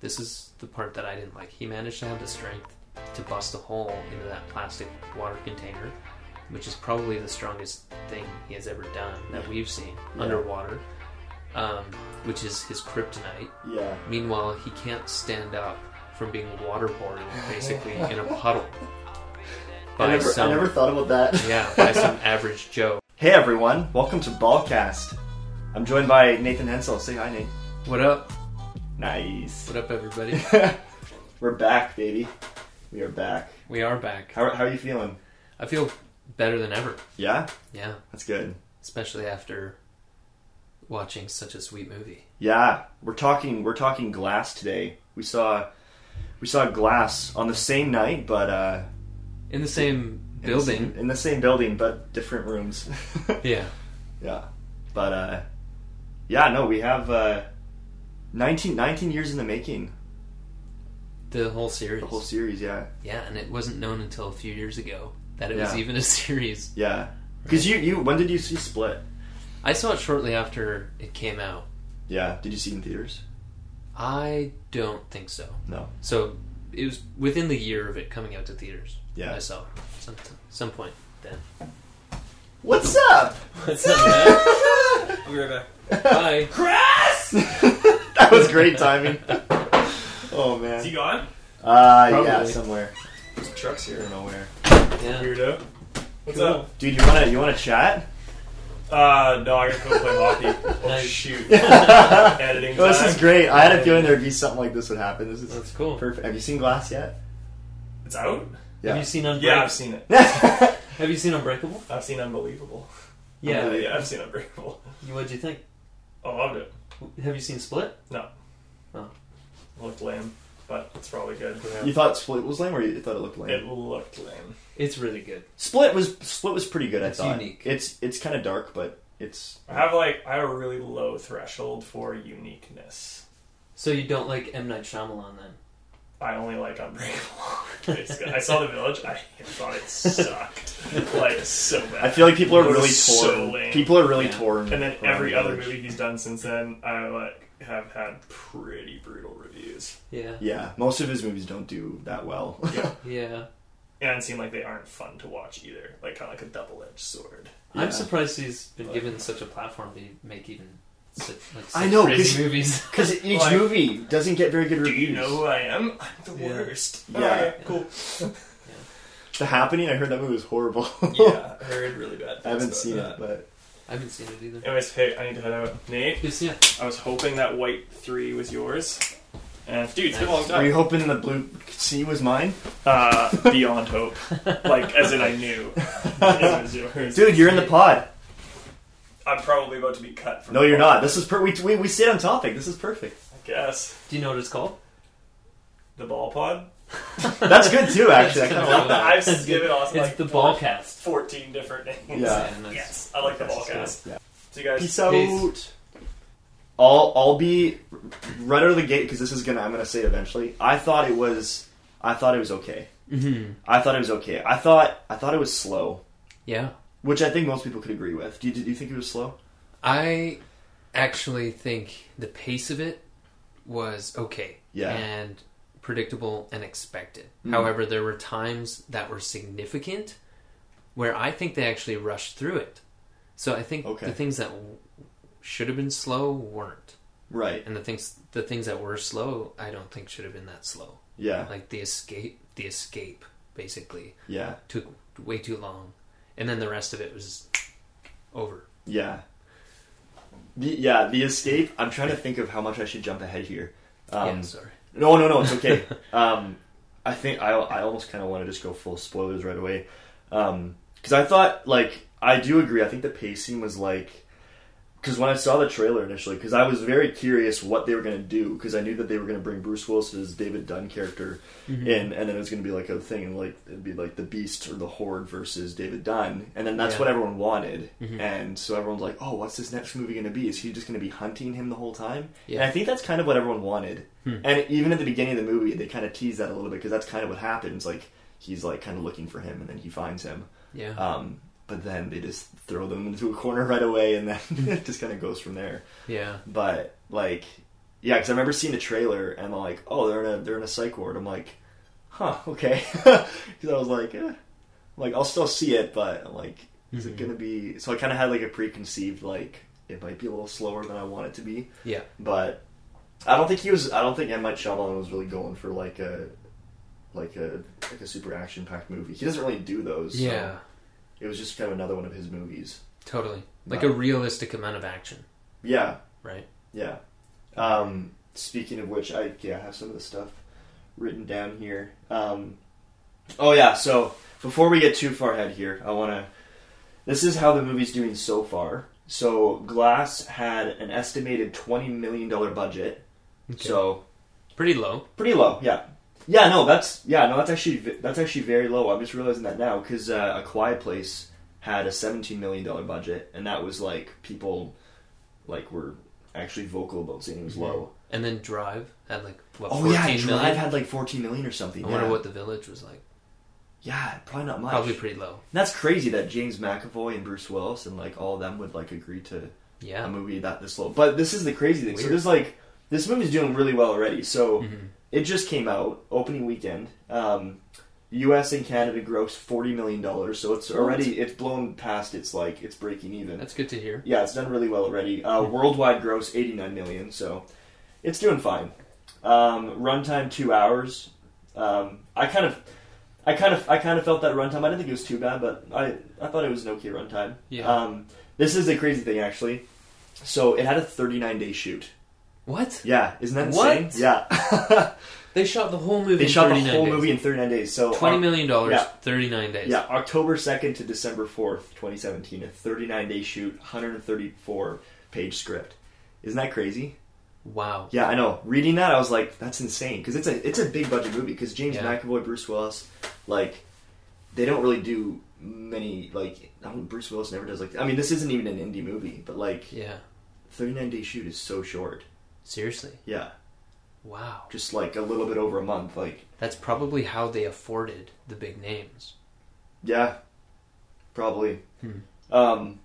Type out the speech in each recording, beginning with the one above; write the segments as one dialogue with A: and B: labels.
A: This is the part that I didn't like. He managed to have the strength to bust a hole into that plastic water container, which is probably the strongest thing he has ever done that we've seen
B: Yeah.
A: underwater, um, which is his kryptonite.
B: Yeah.
A: Meanwhile, he can't stand up from being waterboarded basically in a puddle by
B: I never, I
A: some
B: never thought about that.
A: yeah by some average Joe.
B: hey everyone, welcome to Ballcast. I'm joined by Nathan Hensel. Say hi, Nate.
A: What up?
B: Nice.
A: What up, everybody?
B: We're back, baby. We are back.
A: We are back.
B: How, how are you feeling?
A: I feel better than ever.
B: Yeah,
A: Yeah,
B: that's good.
A: especially after watching such a sweet movie.
B: Yeah, we're talking. We're talking Glass today. We saw, we saw Glass on the same night, but uh,
A: In the same
B: in the
A: building.
B: same- in the same building, but different rooms.
A: Yeah.
B: Yeah. But uh yeah, no, we have uh 19, 19 years in the making.
A: The whole series.
B: The whole series, yeah.
A: yeah, and it wasn't known until a few years ago that it was
B: Yeah.
A: even a series.
B: Yeah. Cuz you you when did you see Split?
A: I saw it shortly after it came out.
B: Yeah, did you see it in theaters?
A: I don't think so.
B: No.
A: So it was within the year of it coming out to theaters.
B: Yeah.
A: I saw it some some point then.
B: What's up?
A: What's up, man? I'll be right back. Bye.
B: that was great timing. oh
C: Is he
B: man.
C: gone?
B: Uh yeah,
A: Probably.
B: somewhere.
C: There's trucks
B: I
C: here.
B: don't know where.
A: Yeah.
C: Weirdo. What's
A: Cool.
C: up?
B: Dude, you want to you want to chat?
C: Uh, no, I gotta go play hockey. Oh,
A: Nice.
C: shoot.
B: oh,
C: Editing time.
B: this is great. I had a feeling there'd be something like this would happen. This is
A: That's cool.
B: perfect. Have you seen Glass yet?
C: It's out?
A: Have you seen Unbreakable?
C: Yeah, I've seen it.
A: Have you seen Unbreakable?
C: I've seen Unbelievable.
A: Yeah.
B: Unbelievable.
C: Yeah, I've seen Unbreakable. Oh,
A: You- What'd you think?
C: I loved it.
A: Have you seen Split?
C: No.
A: Oh.
C: Looked lame, but it's probably good.
B: you thought Split was lame or you thought it looked lame?
C: It looked lame.
A: It's really good.
B: Split was Split was pretty good. I
A: It's
B: thought
A: unique.
B: it's it's kind of dark, but it's
C: I have like I have a really low threshold for uniqueness.
A: So you don't like M Night Shyamalan then?
C: I only like Unbreakable. Basically. I saw The Village. I thought it sucked like so bad.
B: I feel like people are
C: It was
B: really
C: so
B: torn.
C: lame.
B: people are really
A: Yeah.
B: torn.
C: And then
B: around
C: every
B: the
C: other
B: village.
C: movie he's done since then, I like have had pretty brutal reviews.
A: Yeah.
B: Yeah, most of his movies don't do that well.
A: Yeah.
C: And it seemed like they aren't fun to watch either. Like kind of like a double edged sword.
B: Yeah.
A: I'm surprised he's been given such a platform to make even such, like, such
B: I know,
A: crazy
B: 'cause-
A: movies.
B: Because each
C: Like-
B: movie doesn't get very good
C: Do
B: reviews.
C: you know who I am? I'm the
A: Yeah.
C: worst.
B: Yeah.
C: Alright, cool.
B: The Happening? I heard that movie was horrible.
C: yeah, I heard really bad.
B: I haven't seen it, but
A: I haven't seen it either.
C: Anyways, hey, I need to head out. Nate,
A: You've seen it?
C: I was hoping that white three was yours. And dude, it's been a long
B: were you
C: time.
B: hoping the blue sea was mine,
C: Uh, beyond hope. Like as in I knew it was yours.
B: dude? You're in the pod.
C: I'm probably about to be cut. From
B: No, you're
C: the bar,
B: not. This is per- we, we we stayed on topic. This is perfect.
C: I guess
A: Do you know what it's called?
C: the ball pod.
B: That's good too, actually.
A: That's
B: I kinda
A: good.
B: like that.
C: I've
A: That's
C: given
A: It's
C: awesome like
A: the
C: four-
A: ball cast.
C: 14 different names.
B: Yeah.
A: nice.
C: Yes, I like the ball cast.
B: Yeah.
C: So you guys,
B: Peace out.
A: Peace.
B: I'll I'll be right out of the gate because this is gonna I'm gonna say it eventually. I thought it was I thought it was okay.
A: Mhm.
B: I thought it was okay. I thought I thought it was slow,
A: Yeah.
B: which I think most people could agree with. Do you, do you think it was slow?
A: I actually think the pace of it was okay.
B: Yeah.
A: And predictable and expected.
B: Mm.
A: However, there were times that were significant where I think they actually rushed through it. So I think
B: Okay.
A: the things that w- should have been slow weren't.
B: Right.
A: And the things the things that were slow, I don't think should have been that slow.
B: Yeah.
A: Like the escape, the escape basically
B: Yeah.
A: took way too long. And then the rest of it was over.
B: Yeah. The, yeah. The escape. I'm trying to think of how much I should jump ahead here. Um,
A: yeah, sorry.
B: No, no, no. It's okay. um, I think I, I almost kind of want to just go full spoilers right away because I thought like I do agree. I think the pacing was like because when I saw the trailer initially, because I was very curious what they were going to do because I knew that they were going to bring Bruce Willis's David Dunn character
A: Mm-hmm.
B: in, and then it was going to be like a thing and like it'd be like the Beast or the Horde versus David Dunn, and then that's
A: Yeah.
B: what everyone wanted,
A: Mhm.
B: and so everyone's like, oh, what's this next movie going to be? Is he just going to be hunting him the whole time? And
A: Yeah.
B: I think that's kind of what everyone wanted.
A: Hmm.
B: And even at the beginning of the movie, they kind of tease that a little bit because that's kind of what happens. Like he's like kind of looking for him, and then he finds him.
A: Yeah.
B: Um, but then they just throw them into a corner right away, and then it just kind of goes from there.
A: yeah.
B: But like, yeah, because I remember seeing the trailer and like, oh, they're in a they're in a psych ward. I'm like, huh, okay. Because I was like, eh. I'm like I'll still see it, but I'm like, is it
A: Mhm.
B: gonna be? So I kind of had like a preconceived like it might be a little slower than I want it to be.
A: Yeah.
B: But I don't think he was. I don't think M Night Shyamalan was really going for like a like a like a super action packed movie. He doesn't really do those. so
A: Yeah.
B: it was just kind of another one of his movies.
A: Totally. Like
B: But-
A: a realistic amount of action,
B: Yeah,
A: right?
B: yeah. Um, speaking of which, I yeah I have some of the stuff written down here. Um, oh yeah, so before we get too far ahead here, I want to. This is how the movie's doing so far. So Glass had an estimated twenty million dollar budget. So
A: Pretty low.
B: pretty low. Yeah, yeah. No, that's yeah. No, that's actually v- that's actually very low. I'm just realizing that now because uh, a Quiet Place had a 17 million dollar budget, and that was like people like were actually vocal about saying it was low.
A: And then Drive had like what?
B: Mm-hmm.
A: 14
B: Oh yeah, Drive
A: million?
B: had like 14 million or something.
A: I
B: yeah.
A: wonder what the village was like.
B: Yeah, probably not much.
A: Probably pretty low.
B: That's crazy that James McAvoy and Bruce Willis and like all of them would like agree to a
A: Yeah.
B: movie that this low. But this is the crazy thing. So
A: Weird.
B: there's like this movie's doing really well already. So.
A: Mhm.
B: It just came out opening weekend. Um, U.S. and Canada grossed forty million dollars, so it's already it's blown past its like it's breaking even.
A: That's good to hear.
B: Yeah, it's done really well already. Uh,
A: Hmm.
B: worldwide gross eighty nine million, so it's doing fine. Um, runtime two hours. Um, I kind of, I kind of, I kind of felt that runtime. I didn't think it was too bad, but I I thought it was an okay runtime.
A: Yeah.
B: Um, this is the crazy thing actually. So it had a thirty nine day shoot.
A: What?
B: Yeah, isn't that
A: What?
B: insane? Yeah.
A: They shot the whole movie.
B: They
A: in
B: shot the
A: 39
B: whole
A: days.
B: movie in 39 days. So
A: Twenty million dollars,
B: Yeah.
A: thirty-nine days.
B: Yeah, October 2nd to December 4th, 2017, a 39 day shoot, 134 page script. Isn't that crazy?
A: Wow.
B: Yeah, I know. Reading that, I was like, that's insane because it's a it's a big budget movie because James
A: Yeah.
B: McAvoy, Bruce Willis, like they don't really do many like I don't, Bruce Willis never does like I mean this isn't even an indie movie, but like
A: Yeah.
B: 39 day shoot is so short.
A: Seriously.
B: Yeah,
A: Wow.
B: just like a little bit over a month. Like
A: That's probably how they afforded the big names.
B: Yeah, probably.
A: Hmm.
B: Um,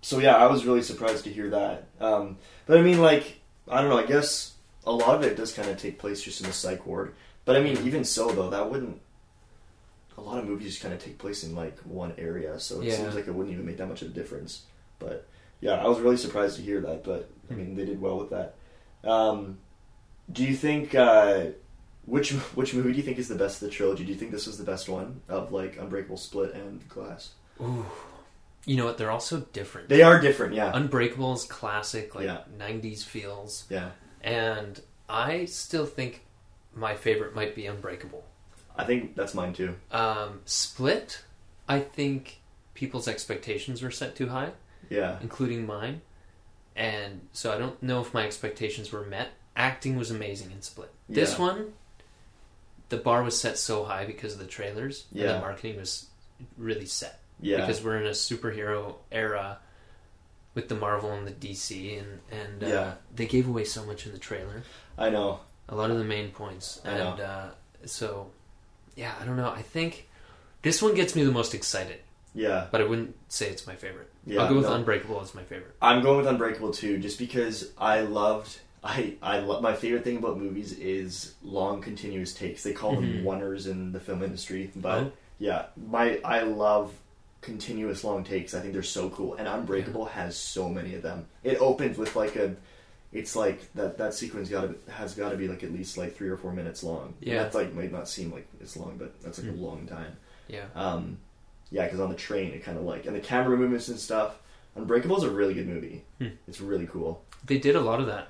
B: so yeah, I was really surprised to hear that. Um, but I mean, like, I don't know. I guess a lot of it does kind of take place just in the psych ward. But I mean, even so, though, that wouldn't. A lot of movies just kind of take place in like one area, so it
A: Yeah.
B: seems like it wouldn't even make that much of a difference. But yeah, I was really surprised to hear that. But I
A: Hmm.
B: mean, they did well with that. Um, do you think uh, which which movie do you think is the best of the trilogy? Do you think this was the best one of like Unbreakable, Split, and Glass?
A: Ooh. You know what? They're all so different.
B: They are different,
A: Uh,
B: yeah,
A: Unbreakable is classic, like
B: Yeah.
A: '90s feels,
B: yeah.
A: and I still think my favorite might be Unbreakable.
B: I think that's mine too.
A: Um, Split, I think people's expectations were set too high,
B: Yeah,
A: including mine, and so I don't know if my expectations were met. Acting was amazing in Split. This
B: Yeah.
A: one, the bar was set so high because of the trailers. and
B: Yeah.
A: the marketing was really set
B: yeah,
A: because we're in a superhero era with the Marvel and the DC, and and uh,
B: Yeah.
A: they gave away so much in the trailer.
B: I know.
A: A lot of the main points,
B: I
A: and
B: know.
A: uh, so yeah, I don't know. I think this one gets me the most excited,
B: Yeah,
A: but I wouldn't say it's my favorite.
B: yeah.
A: I'll go with
B: no.
A: Unbreakable as my favorite.
B: I'm going with Unbreakable too, just because I loved. I I love my favorite thing about movies is long continuous takes. They call
A: Mhm.
B: them oneers in the film industry, but
A: Oh.
B: yeah, my I love continuous long takes. I think they're so cool, and Unbreakable has so many of them. It opens with like a. It's like that that sequence got to has got to be like at least like three or four minutes long. And
A: Yeah. Hmm.
B: that's like might not seem like it's long, but that's like a long time.
A: Yeah,
B: Um, yeah, because on the train it kind of like and the camera movements and stuff. Unbreakable is a really good movie.
A: Hmm.
B: It's really cool.
A: they did a lot of that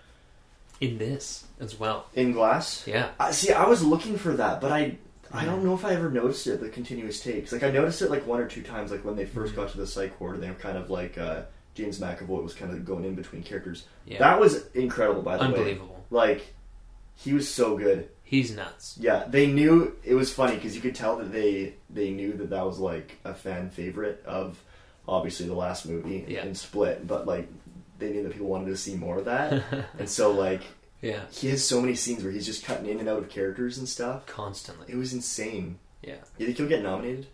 A: in this as well.
B: In Glass.
A: Yeah,
B: I see. I was looking for that, but I I don't know if I ever noticed it. The continuous takes. Like I noticed it like one or two times. Like when they
A: Mm.
B: 1st got to the psych ward, and they were kind of like uh, James McAvoy was kind of going in between characters.
A: yeah,
B: That was incredible, by the way.
A: unbelievable.
B: Like he was so good.
A: He's nuts.
B: Yeah, they knew it was funny because you could tell that they they knew that that was like a fan favorite of obviously the last movie
A: Yeah.
B: and Split, but like they knew that people wanted to see more of that, and so like
A: Yeah,
B: he has so many scenes where he's just cutting in and out of characters and stuff.
A: constantly.
B: It was insane.
A: Yeah.
B: you think he'll get nominated?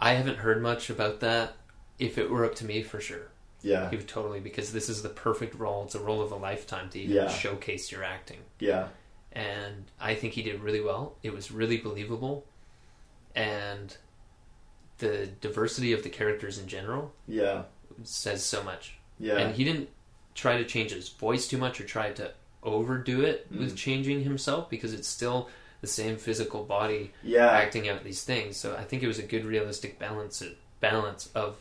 A: I haven't heard much about that. If it were up to me, for sure.
B: Yeah.
A: He would totally because this is the perfect role. It's a role of a lifetime to even
B: Yeah.
A: showcase your acting.
B: Yeah.
A: And I think he did really well. It was really believable, and the diversity of the characters in general
B: Yeah.
A: says so much.
B: Yeah.
A: And he didn't try to change his voice too much or try to overdo it
B: Mm.
A: with changing himself because it's still the same physical body
B: yeah.
A: acting out these things. So I think it was a good realistic balance balance of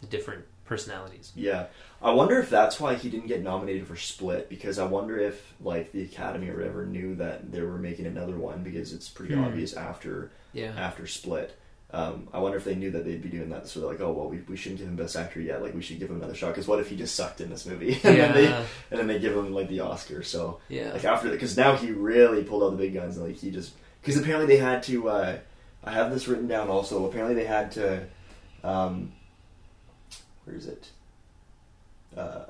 A: the different personalities.
B: Yeah. I wonder if that's why he didn't get nominated for Split because I wonder if like the Academy or whatever knew that they were making another one because it's pretty
A: Hmm.
B: obvious after
A: Yeah.
B: after Split. Um, I wonder if they knew that they'd be doing that, so they're like, "Oh well, we, we shouldn't give him Best Actor yet. Like we should give him another shot because what if he just sucked in this movie?" and, then they,
A: Yeah.
B: and then they give him like the Oscar. So
A: Yeah.
B: like after because now he really pulled out the big guns and like he just because apparently they had to uh, i have this written down also apparently they had to um, where is it uh,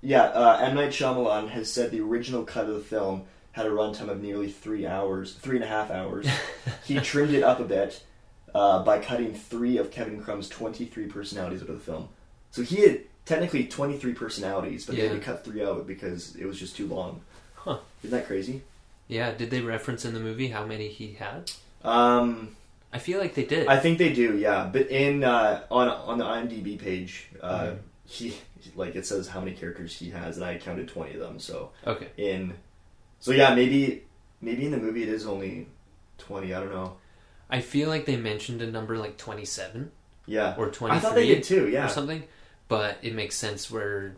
B: yeah uh, m night Shyamalan has said the original cut of the film had a runtime of nearly three hours three and a half hours he trimmed it up a bit uh, by cutting three of kevin crumb's 23 personalities out of the film so he had technically 23 personalities but they had
A: Yeah.
B: to cut three out because it was just too long
A: Huh.
B: isn't that crazy
A: Yeah. Did they reference in the movie how many he had?
B: um
A: I feel like they did.
B: I think they do, yeah. But in uh, on on the IMDb page, uh,
A: Mhm.
B: he like it says how many characters he has, and I counted twenty of them. So
A: okay.
B: in, so yeah, maybe maybe in the movie it is only twenty. I don't know.
A: I feel like they mentioned a number like 27
B: Yeah,
A: or 23
B: I thought they did too.
A: or
B: Yeah,
A: something, but it makes sense where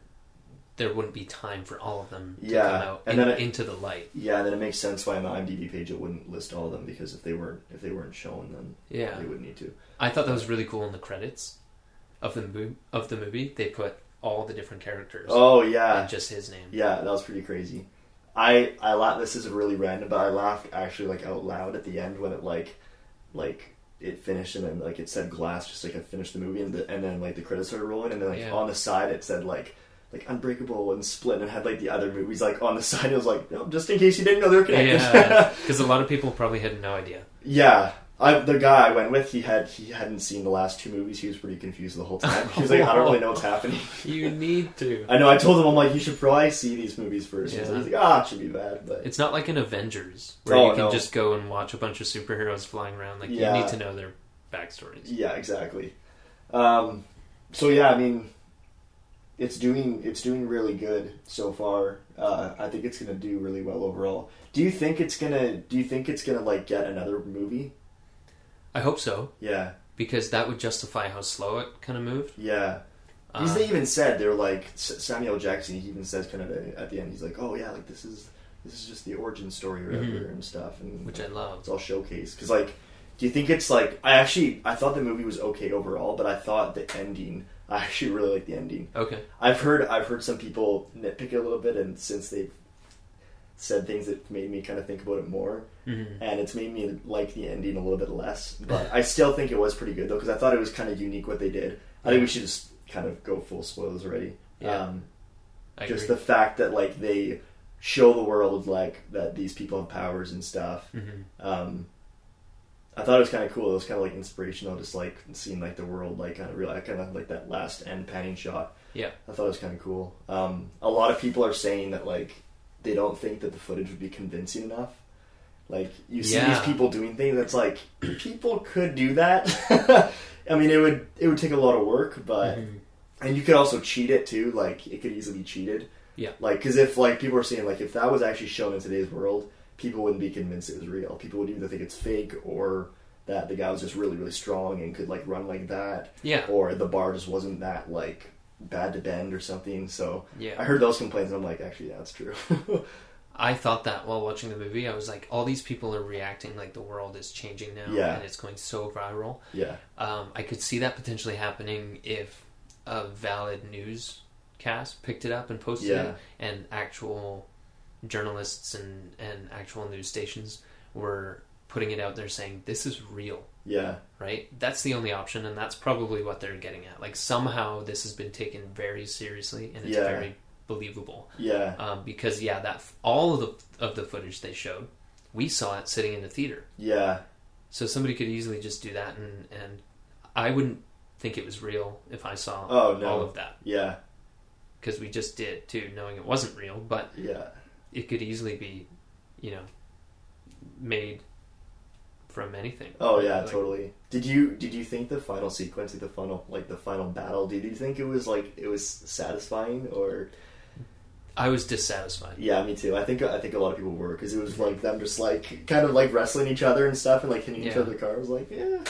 A: there wouldn't be time for all of them to
B: Yeah,
A: come out
B: and
A: in-
B: then it-
A: into the light.
B: yeah. Then it makes sense why on the IMDb page it wouldn't list all of them because if they weren't if they weren't shown, then
A: Yeah.
B: they would need to.
A: I thought that was really cool in the credits of the mo- of the movie. They put all the different characters
B: Oh yeah,
A: and just his name.
B: Yeah, that was pretty crazy. I I laughed. This is really random, but I laughed actually like out loud at the end when it like like it finished and then like it said glass just like I finished the movie and, the, and then like the credits started rolling and then like
A: Yeah.
B: on the side it said like like Unbreakable and Split and it had like the other movies like on the side. It was like no, just in case you didn't know they're connected.
A: Yeah, because a lot of people probably had no idea.
B: Yeah. I, the guy I went with, he had he hadn't seen the last two movies. He was pretty confused the whole time. He was like, "I don't really know what's happening."
A: You need to.
B: I know. I told him, "I'm like, you should probably see these movies first.
A: Yeah.
B: He's like, "Ah, it should be bad." But
A: It's not like an Avengers where
B: Oh,
A: you can
B: no.
A: just go and watch a bunch of superheroes flying around. Like
B: Yeah.
A: you need to know their backstories.
B: Yeah, exactly. Um, so yeah, I mean, it's doing it's doing really good so far. Uh, I think it's gonna do really well overall. Do you think it's gonna Do you think it's gonna like get another movie?
A: I hope so
B: Yeah,
A: because that would justify how slow it kind of moved.
B: yeah. Because
A: Um,
B: they even said they're like S- Samuel Jackson. He even says kind of a, at the end, he's like, "Oh yeah, like this is this is just the origin story or whatever and stuff." And
A: Mm-hmm. which I
B: it's
A: loved.
B: all showcased because like do you think it's like i actually i thought the movie was okay overall but i thought the ending i actually really like the ending
A: Okay.
B: i've heard i've heard some people nitpick it a little bit and since they've said things that made me kind of think about it more
A: Mhm.
B: and it's made me like the ending a little bit less but i still think it was pretty good though because i thought it was kind of unique what they did i think we should just kind of go full spoilers already
A: Yeah,
B: um,
A: I
B: just
A: agree.
B: the fact that like they show the world like that these people have powers and stuff
A: Mhm.
B: um, I thought it was kind of cool. It was kind of like inspirational, just like seeing like the world, like kind of real. I kind of like that last end panning shot.
A: Yeah.
B: I thought it was kind of cool. Um, a lot of people are saying that like they don't think that the footage would be convincing enough. Like you see
A: Yeah.
B: these people doing things that's like people could do that. I mean, it would it would take a lot of work, but
A: Mhm.
B: and you could also cheat it too. Like it could easily be cheated.
A: Yeah.
B: Like because if like people are saying like if that was actually shown in today's world, people wouldn't be convinced it was real. People would either think it's fake or that the guy was just really really strong and could like run like that,
A: Yeah.
B: or the bar just wasn't that like bad to bend or something. So I
A: Yeah.
B: heard those complaints and I'm like actually yeah, that's true.
A: I thought that while watching the movie, I was like, all these people are reacting like the world is changing now,
B: Yeah.
A: and it's going so viral.
B: yeah.
A: Um, I could see that potentially happening if a valid newscast picked it up and posted
B: Yeah.
A: it, and actual journalists and, and actual news stations were putting it out there saying, this is real,
B: Yeah.
A: right? That's the only option, and that's probably what they're getting at. Like, somehow this has been taken very seriously, and it's
B: Yeah.
A: very believable.
B: Yeah.
A: Um, because, yeah, that f- all of the, of the footage they showed, we saw it sitting in the theater.
B: Yeah.
A: So somebody could easily just do that, and and I wouldn't think it was real if I saw
B: Oh, no.
A: all of that
B: Yeah,
A: because we just did too, knowing it wasn't real, but
B: yeah,
A: it could easily be, you know, made from anything.
B: oh yeah,
A: Like,
B: totally. Did you did you think the final sequence, like the final like the final battle, did you think it was like it was satisfying or?
A: I was dissatisfied.
B: Yeah, me too. I think I think a lot of people were because it was like them just like kind of like wrestling each other and stuff and like hitting each
A: Yeah.
B: other with the car. I was like, yeah,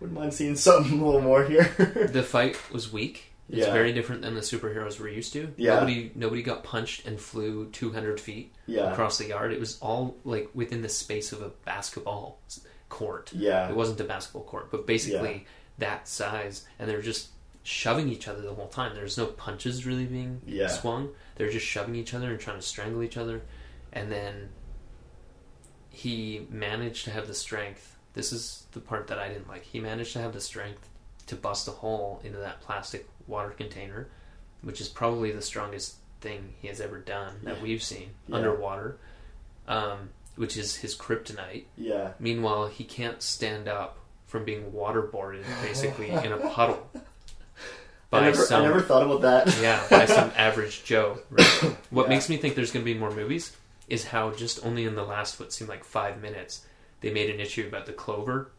B: wouldn't mind seeing something a little more here.
A: The fight was weak. It's
B: Yeah.
A: very different than the superheroes we're used to.
B: Yeah.
A: Nobody nobody got punched and flew 200 feet
B: yeah,
A: across the yard. It was all like within the space of a basketball s- court.
B: yeah,
A: It wasn't a basketball court, but basically that size, and they're just shoving each other the whole time. There's no punches really being
B: Yeah.
A: swung. They're just shoving each other and trying to strangle each other. And then he managed to have the strength. This is the part that I didn't like. He managed to have the strength to bust a hole into that plastic water container, which is probably the strongest thing he has ever done that we've seen
B: Yeah.
A: underwater, um, which is his kryptonite.
B: yeah.
A: Meanwhile, he can't stand up from being waterboarded, basically in a puddle by
B: I never,
A: some
B: I never thought about that.
A: yeah by some average Joe. Right? What
B: Yeah.
A: makes me think there's going to be more movies is how just only in the last what seemed like five minutes they made an issue about the clover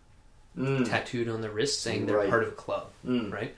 B: Mm,
A: tattooed on the wrist saying they're
B: Right.
A: part of a club,
B: mm.
A: right?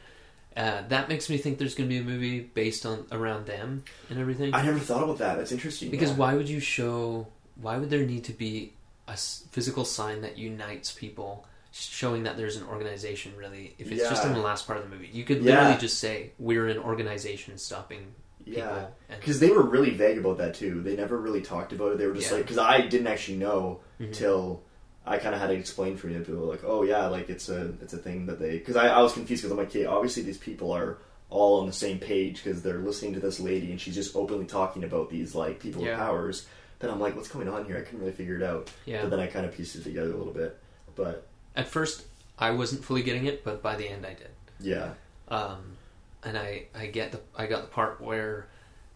A: Uh, that makes me think there's going to be a movie based on around them and everything.
B: I never thought about that. That's interesting.
A: Because
B: yeah.
A: why would you show? Why would there need to be a s- physical sign that unites people, showing that there's an organization? Really, if it's just in the
B: Yeah.
A: last part of the movie, you could
B: Yeah.
A: literally just say we're an organization stopping people.
B: Yeah.
A: And,
B: Because they were really vague about that too. They never really talked about it. They were just
A: Yeah.
B: like, because I didn't actually know
A: Mhm.
B: till I kind of had it explained for me. People were like, oh yeah, like it's a it's a thing that they. Because I, I was confused because I'm like, okay, obviously these people are all on the same page because they're listening to this lady and she's just openly talking about these like people
A: Yeah.
B: with powers. Then I'm like, what's going on here? I couldn't really figure it out.
A: yeah.
B: But then I kind of pieced it together a little bit. But
A: At first, I wasn't fully getting it, but by the end, I did.
B: yeah,
A: um, and I, I get the I got the part where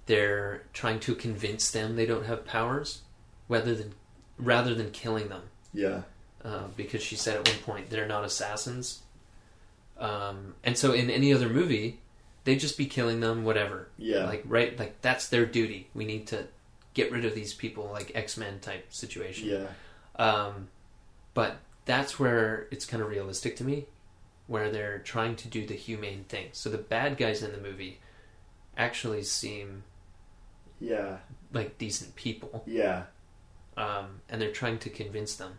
A: they're trying to convince them they don't have powers, rather than rather than killing them,
B: yeah,
A: uh, because she said at one point they're not assassins, um, and so in any other movie, they'd just be killing them, whatever.
B: yeah,
A: Like right, like that's their duty. We need to get rid of these people, like X Men type situation.
B: yeah,
A: Um, but that's where it's kind of realistic to me, where they're trying to do the humane thing. So the bad guys in the movie actually seem
B: yeah,
A: like decent people,
B: yeah.
A: um, and they're trying to convince them.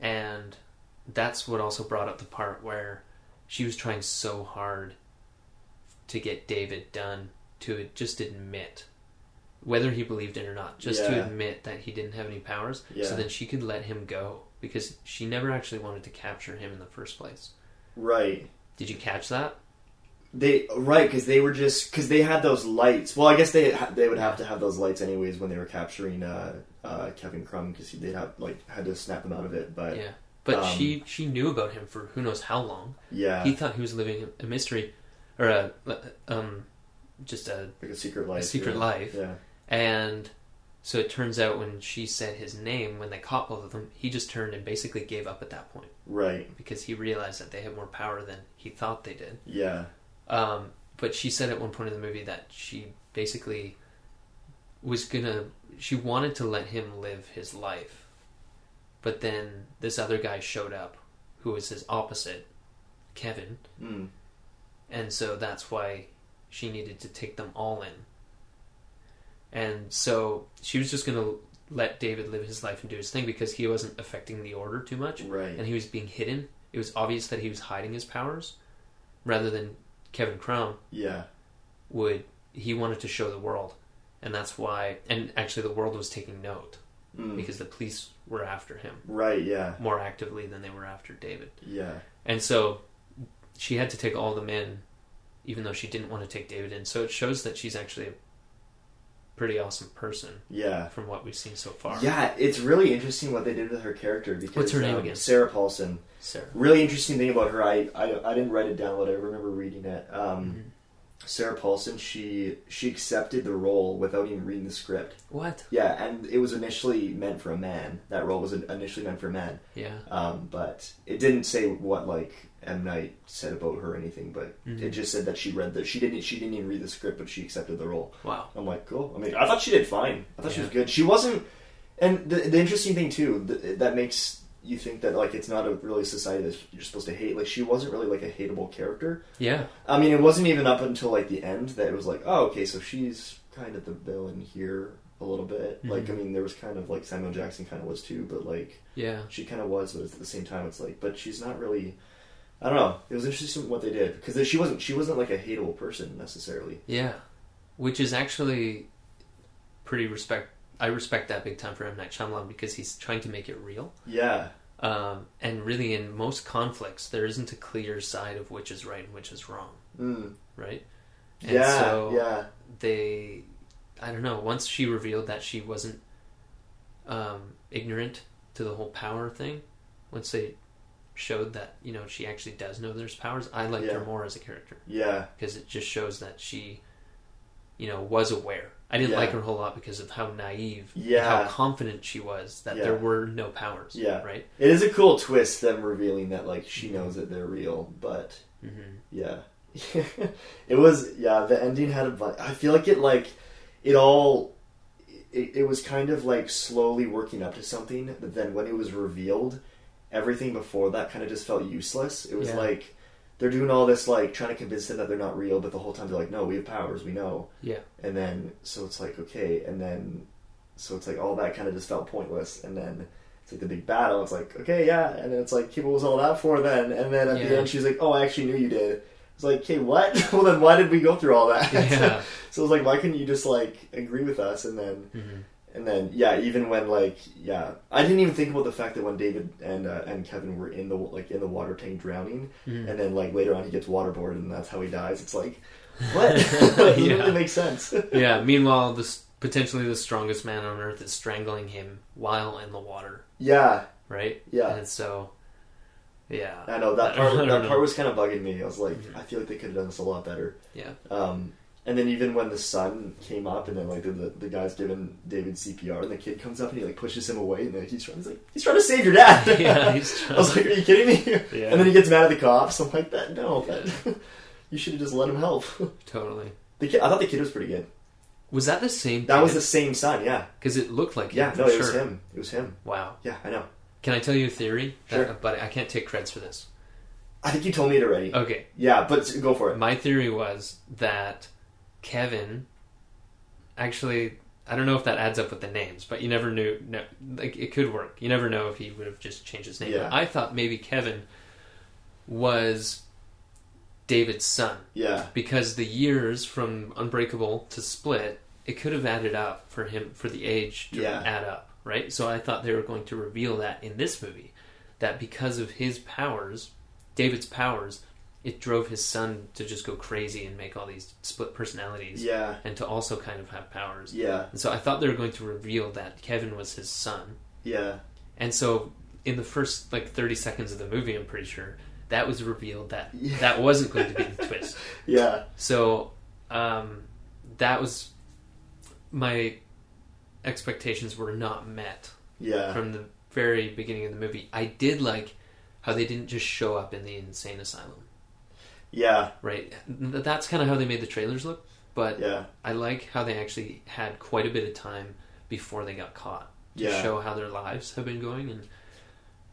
A: And that's what also brought up the part where she was trying so hard to get David done to just admit. Whether he believed it or not, just to
B: Yeah.
A: admit that he didn't have any powers,
B: Yeah.
A: so then she could let him go because she never actually wanted to capture him in the first place.
B: Right.
A: Did you catch that?
B: They right because they were just because they had those lights. Well, I guess they ha- they would have to have those lights anyways when they were capturing uh, uh, Kevin Crumb because they'd have like had to snap him out of it. But yeah,
A: Yeah. But
B: Um,
A: she she knew about him for who knows how long. he
B: yeah
A: thought he was living a mystery or a um just a,
B: like a secret
A: a
B: life.
A: secret
B: yeah.
A: life.
B: Yeah,
A: And so it turns out when she said his name when they caught both of them, he just turned and basically gave up at that point
B: right.
A: because he realized that they had more power than he thought they did.
B: Yeah,
A: Um, but she said at one point in the movie that she basically was gonna, she wanted to let him live his life, but then this other guy showed up, who was his opposite, Kevin,
B: mm.
A: and so that's why she needed to take them all in. And so she was just gonna let David live his life and do his thing because he wasn't affecting the order too much
B: right.
A: and he was being hidden. It was obvious that he was hiding his powers, rather than Kevin Crown
B: Yeah,
A: would. He wanted to show the world, and that's why. And actually, the world was taking note
B: mm.
A: because the police were after him
B: right. Yeah,
A: more actively than they were after David.
B: yeah,
A: And so, she had to take all the men, even though she didn't want to take David in. So it shows that she's actually a pretty awesome person
B: yeah.
A: from what we've seen so far.
B: Yeah, it's really interesting what they did with her character because
A: What's her name
B: um,
A: again?
B: Sarah Paulson.
A: Sarah.
B: Really interesting thing about her, I, I I didn't write it down, but I remember reading it. Um, Sarah Paulson, she she accepted the role without even reading the script.
A: What?
B: Yeah, and it was initially meant for a man. That role was initially meant for a man,
A: Yeah.
B: um, but it didn't say what like M Night said about her or anything. But
A: Mhm.
B: it just said that she read the she didn't she didn't even read the script, but she accepted the role.
A: Wow.
B: I'm like, cool. I mean, I thought she did fine. I thought she
A: Yeah.
B: was good. She wasn't. And the, the interesting thing too th- that makes you think that like it's not a really society that you're supposed to hate. Like she wasn't really like a hateable character.
A: Yeah.
B: I mean, it wasn't even up until like the end that it was like, oh, okay, so she's kind of the villain here a little bit. Like, I
A: Mhm.
B: mean, there was kind of like Samuel Jackson kind of was too, but like
A: Yeah.
B: she kind of was, but at the same time, it's like, but she's not really. I don't know. It was interesting what they did because she wasn't she wasn't like a hateable person necessarily.
A: Yeah. Which is actually pretty respect. I respect that big time for M Night Shyamalan because he's trying to make it real.
B: Yeah,
A: Um, and really, in most conflicts, there isn't a clear side of which is right and which is wrong,
B: mm.
A: right? And
B: yeah,
A: so-
B: yeah.
A: they i don't know once she revealed that she wasn't um, ignorant to the whole power thing once they showed that you know she actually does know there's powers i liked
B: Yeah.
A: her more as a character
B: Yeah,
A: because it just shows that she you know was aware i didn't
B: Yeah.
A: like her a whole lot because of how naive and
B: Yeah.
A: how confident she was that
B: Yeah.
A: there were no powers
B: Yeah.
A: right
B: it is a cool twist them revealing that like she knows that they're real, but
A: mm-hmm.
B: yeah, it was yeah. The ending had a bu- I feel like it like it all. It, it was kind of like slowly working up to something, but then when it was revealed, everything before that kind of just felt useless. It was
A: Yeah.
B: like they're doing all this like trying to convince them that they're not real, but the whole time they're like, "No, we have powers. We know."
A: yeah
B: and then so it's like okay and then so it's like all that kind of just felt pointless and then it's like the big battle it's like okay yeah and then it's like okay, what was all that for then and then at the
A: Yeah.
B: end she's like oh i actually knew you did it's like okay what well then why did we go through all that
A: Yeah.
B: so it's like why couldn't you just like agree with us and then
A: hmm
B: and then yeah even when like yeah i didn't even think about the fact that when david and uh, and kevin were in the like in the water tank drowning
A: Mhm.
B: and then like later on he gets waterboarded and that's how he dies it's like what it doesn't
A: Yeah.
B: really make sense
A: yeah meanwhile this potentially the strongest man on earth is strangling him while in the water
B: yeah
A: right
B: yeah
A: And so, yeah.
B: I know that
A: I don't
B: part. That
A: know.
B: part was kind of bugging me. I was like,
A: Mhm.
B: I feel like they could have done this a lot better.
A: Yeah.
B: Um, and then even when the sun came up, and then like the, the, the guy's giving David CPR, and the kid comes up and he like pushes him away, and then he's trying. He's like, he's trying to save your dad.
A: yeah, he's trying.
B: I was like, are you kidding me?
A: yeah,
B: And then he gets mad at the cops. I'm like, that no, that, you should have just let him help.
A: totally.
B: The kid, I thought the kid was pretty good.
A: Was that the same?
B: That was the same son. Yeah,
A: because it looked like
B: yeah.
A: him,
B: No,
A: for
B: it was
A: sure.
B: him. It was him.
A: Wow.
B: Yeah, I know.
A: Can I tell you a theory?
B: Sure.
A: That- but I can't take creds for this.
B: I think you told me it already.
A: Okay.
B: Yeah, but go for it.
A: My theory was that Kevin. Actually, I don't know if that adds up with the names, but you never knew. No, like it could work. You never know if he would have just changed his name.
B: Yeah.
A: I thought maybe Kevin was David's son.
B: Yeah,
A: because the years from Unbreakable to Split, it could have added up for him for the age to
B: Yeah.
A: add up, right? So I thought they were going to reveal that in this movie, that because of his powers, David's powers, it drove his son to just go crazy and make all these split personalities,
B: yeah,
A: and to also kind of have powers.
B: yeah,
A: And so I thought they were going to reveal that Kevin was his son,
B: yeah.
A: and so in the first like thirty seconds of the movie, I'm pretty sure that was revealed that
B: Yeah.
A: that wasn't going to be the twist.
B: Yeah,
A: So um, that was my expectations were not met
B: yeah,
A: from the very beginning of the movie. I did like how they didn't just show up in the insane asylum,
B: yeah,
A: right? Th- That's kind of how they made the trailers look, but
B: yeah,
A: I like how they actually had quite a bit of time before they got caught to
B: yeah,
A: show how their lives have been going and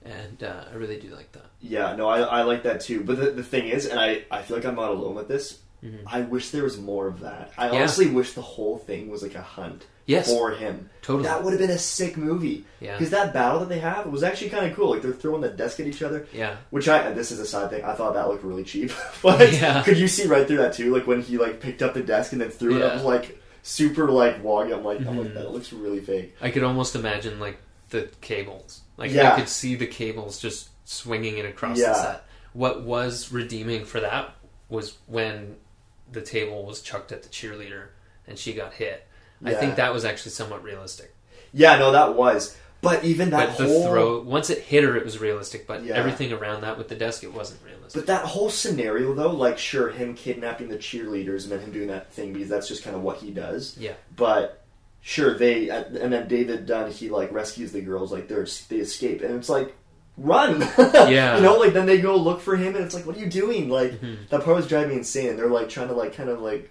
A: and uh, I really do like that.
B: yeah. No, I, I like that too. But the, the thing is, and I, I feel like I'm not alone with this.
A: Mhm.
B: I wish there was more of that. I
A: Yeah.
B: honestly wish the whole thing was like a hunt
A: Yes,
B: for him.
A: totally.
B: That would have been a sick movie
A: yeah.
B: because that battle that they have was actually kind of cool. Like they're throwing the desk at each other,
A: Yeah.
B: which I and this is a side thing. I thought that looked really cheap, but
A: Yeah.
B: could you see right through that too? Like when he like picked up the desk and then threw it
A: Yeah.
B: up like super like wog. I'm like, I'm like
A: Mhm.
B: that looks really fake.
A: I could almost imagine like the cables. Like
B: Yeah.
A: I could see the cables just swinging it across
B: Yeah.
A: the set. What was redeeming for that was when the table was chucked at the cheerleader and she got hit. I
B: Yeah.
A: think that was actually somewhat realistic.
B: Yeah, no, that was. But even that
A: but the
B: whole
A: throw once it hit her, it was realistic. But
B: Yeah.
A: everything around that with the desk, it wasn't realistic.
B: But that whole scenario, though, like, sure, him kidnapping the cheerleaders and then him doing that thing because that's just kind of what he does.
A: yeah,
B: But sure, they and then David Dunn, he like rescues the girls, like they're they escape, and it's like run,
A: Yeah.
B: you know, like then they go look for him, and it's like, what are you doing? Like
A: Mhm.
B: that part was driving me insane. They're like trying to like kind of like.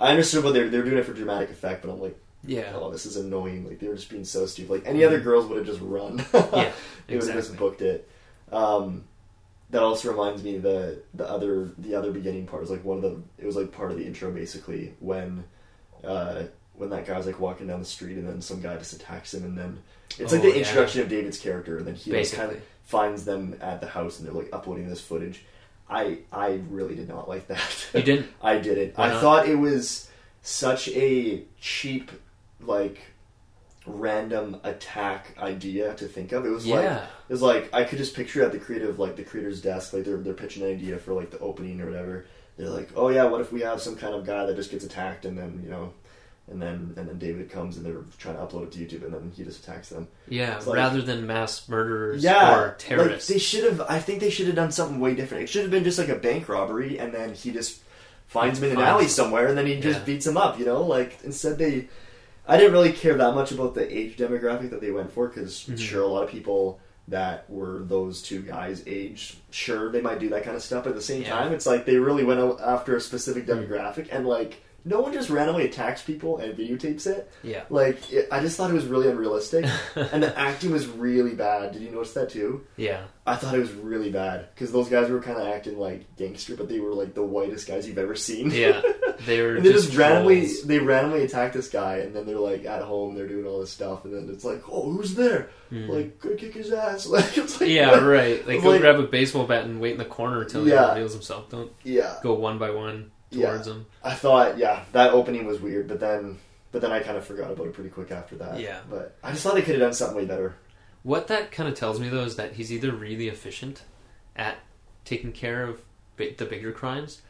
B: I understood what they're they're doing it for dramatic effect, but I'm like,
A: yeah, Mm-hmm.
B: oh, this is annoying. Like they were just being so stupid. Like any other girls would have just run.
A: yeah.
B: They would have
A: Exactly.
B: just booked it. Um, that also reminds me the the other the other beginning part was like one of the it was like part of the intro basically when uh, when that guy was like walking down the street and then some guy just attacks him and then it's like
A: Oh,
B: the
A: yeah.
B: introduction of David's character and then he just kind of
A: Basically.
B: finds them at the house and they're like uploading this footage. I I really did not like that.
A: You didn't.
B: I didn't.
A: Why
B: I
A: not?
B: thought it was such a cheap, like, random attack idea to think of. It was like
A: Yeah.
B: it was like I could just picture at the creative, like the creator's desk, like they're they're pitching an idea for like the opening or whatever. They're like, oh yeah, what if we have some kind of guy that just gets attacked and then you know, and then and then David comes and they're trying to upload it to YouTube and then he just attacks them.
A: Yeah,
B: It's like-
A: rather than mass murderers
B: Yeah,
A: or
B: like,
A: terrorists.
B: they should have. I think they should have done something way different. It should have been just like a bank robbery, and then he just finds him in an
A: Finds
B: alley
A: him.
B: somewhere, and then he just
A: Yeah.
B: beats him up. You know, like instead they. I didn't really care that much about the age demographic that they went for because
A: Mm-hmm.
B: sure, a lot of people that were those two guys' age, sure they might do that kind of stuff. But at the same
A: Yeah. Mm-hmm.
B: time, it's like they really went out after a specific demographic, and like no one just randomly attacks people and videotapes it.
A: yeah.
B: Like it, I just thought it was really unrealistic, and the acting was really bad. Did you notice that too?
A: Yeah.
B: I thought it was really bad because those guys were kind of acting like gangster, but they were like the whitest guys you've ever seen.
A: Yeah. They were
B: and they just,
A: just
B: randomly
A: trolls.
B: they randomly attack this guy, and then they're like at home, they're doing all this stuff, and then it's like, oh, who's there? Like, go kick his ass. Like, it's like
A: Hmm. Yeah,
B: what?
A: right. Like, go
B: Like-
A: grab a baseball bat and wait in the corner until
B: Yeah.
A: he reveals himself. Don't
B: yeah.
A: go one by one
B: Yeah.
A: towards him.
B: I thought, yeah, that opening was weird, but then. But then I kind of forgot about it pretty quick after that.
A: Yeah.
B: But I just thought they could have done something way better.
A: What that kind of tells me, though, is that he's either really efficient at taking care of bi- the bigger crimes,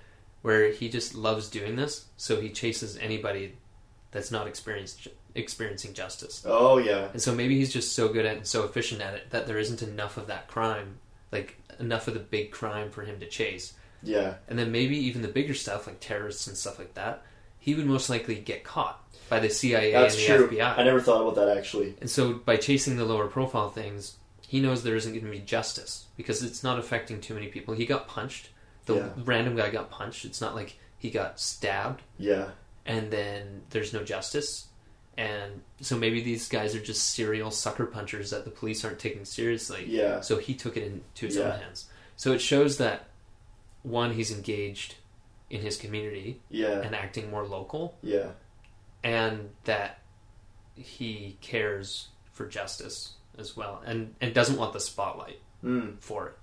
A: where he just loves doing this, so he chases anybody that's not experienced, experiencing justice.
B: Oh yeah.
A: And so maybe he's just so good at and so efficient at it that there isn't enough of that crime, like enough of the big crime for him to chase.
B: Yeah.
A: And then maybe even the bigger stuff, like terrorists and stuff like that, he would most likely get caught by the CIA
B: That's
A: and the
B: true.
A: FBI.
B: I never thought about that actually.
A: And so by chasing the lower profile things, he knows there isn't going to be justice because it's not affecting too many people. He got punched. The
B: Yeah.
A: random guy got punched. It's not like he got stabbed
B: Yeah.
A: and then there's no justice. And so maybe these guys are just serial sucker punchers that the police aren't taking seriously.
B: Yeah.
A: So he took it into his
B: Yeah.
A: own hands. So it shows that one, he's engaged in his community
B: Yeah.
A: and acting more local,
B: Yeah.
A: and that he cares for justice as well, and and doesn't want the spotlight
B: Mm.
A: for it.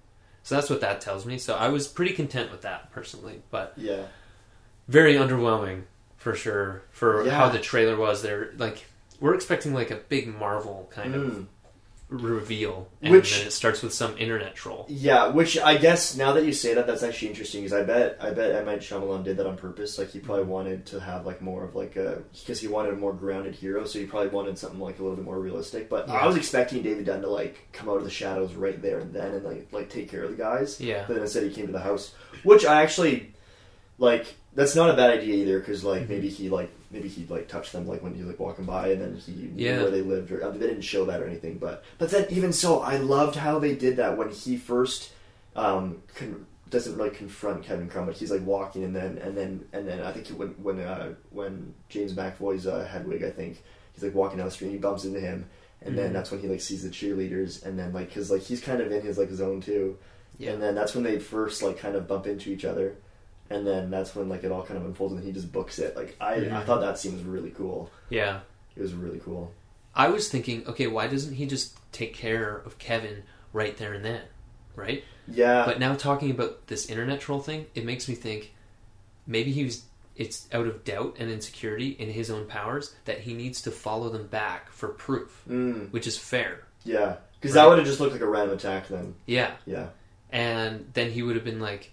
A: So that's what that tells me. So I was pretty content with that personally, but
B: Yeah.
A: very underwhelming for sure for
B: Yeah.
A: how the trailer was there like we're expecting like a big marvel kind of
B: Mm.
A: reveal and
B: Which-
A: then it starts with some internet troll
B: Yeah. Which I guess now that you say that, that's actually interesting because I bet I bet M Night Shyamalan did that on purpose. Like he probably wanted to have like more of like a because he wanted a more grounded hero, so he probably wanted something like a little bit more realistic. But I
A: Yeah.
B: was expecting David Dunn to like come out of the shadows right there and then and like like take care of the guys.
A: yeah
B: But then instead he came to the house, which I actually like. That's not a bad idea either, because like
A: Mm-hmm.
B: maybe he like maybe he like touched them like when he was like walking by, and then he knew
A: Yeah.
B: where they lived, or I mean, they didn't show that or anything. But but then even so, I loved how they did that when he first um, con- doesn't really confront Kevin Crumb, but he's like walking, and then and then and then I think he- when when uh, when James McAvoy's uh, Hedwig, I think he's like walking down the street, and he bumps into him. And then
A: Mhm.
B: that's when he like sees the cheerleaders, and then like because like he's kind of in his like zone too,
A: yeah
B: and then that's when they first like kind of bump into each other, and then that's when like it all kind of unfolds, and he just books it. Like I, I
A: Mhm.
B: thought that scene was really cool.
A: yeah
B: It was really cool.
A: i was thinking okay why doesn't he just take care of kevin right there and then right
B: Yeah,
A: but now talking about this internet troll thing it makes me think maybe he was it's out of doubt and insecurity in his own powers that he needs to follow them back for proof
B: mm,
A: which is fair
B: yeah, because
A: Right.
B: that would have just looked like a random attack then.
A: yeah
B: Yeah,
A: and then he would have been like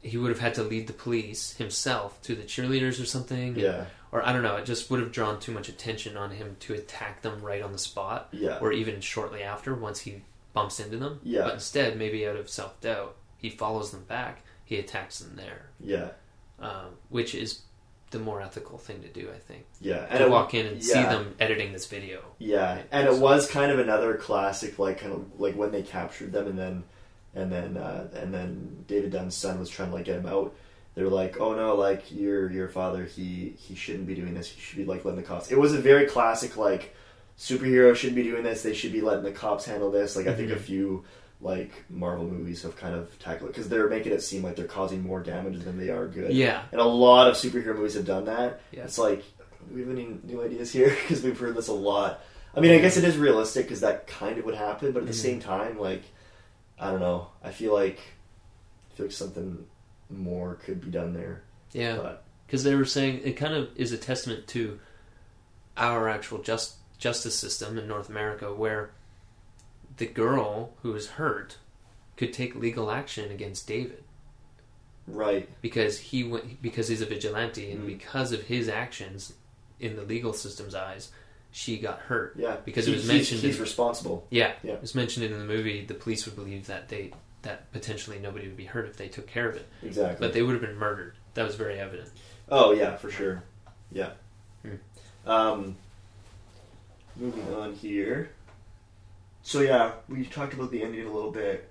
A: he would have had to lead the police himself to the cheerleaders or something.
B: Yeah.
A: Or I don't know, it just would have drawn too much attention on him to attack them right on the spot
B: Yeah.
A: or even shortly after once he bumps into them.
B: Yeah.
A: But instead, maybe out of self doubt, he follows them back, he attacks them there,
B: Yeah.
A: um, which is the more ethical thing to do, I think.
B: Yeah.
A: to walk in and see
B: yeah.
A: them editing this video.
B: Yeah, and it was kind of another classic, like kind of like when they captured them, and then and then uh, and then David Dunn's son was trying to like get him out. They're like, oh no, like your your father, he he shouldn't be doing this. He should be like letting the cops. It was a very classic like superhero should be doing this. They should be letting the cops handle this. Like I think a few like Marvel movies have kind of tackled it because they're making it seem like they're causing more damage than they are good.
A: Yeah.
B: And a lot of superhero movies have done that.
A: Yeah.
B: It's like, we have any new ideas here? Because we've heard this a lot. I mean, I guess it is realistic because that kind of would happen, but at the
A: Mhm.
B: same time, like, I don't know. I feel like, I feel like something more could be done there.
A: Yeah.
B: But
A: because they were saying it kind of is a testament to our actual just justice system in North America, where the girl who was hurt could take legal action against David
B: right,
A: because he went because he's a vigilante and
B: Mm.
A: because of his actions in the legal system's eyes, she got hurt.
B: yeah,
A: Because it
B: He-
A: was
B: he's-
A: mentioned
B: he's,
A: in-
B: responsible.
A: Yeah,
B: Yeah.
A: it was mentioned in the movie. The police would believe that they that potentially nobody would be hurt if they took care of it,
B: Exactly.
A: but they would have been murdered. That was very evident.
B: Oh yeah, for sure. Yeah.
A: Hmm.
B: Um, moving on here. So yeah, we talked about the ending a little bit.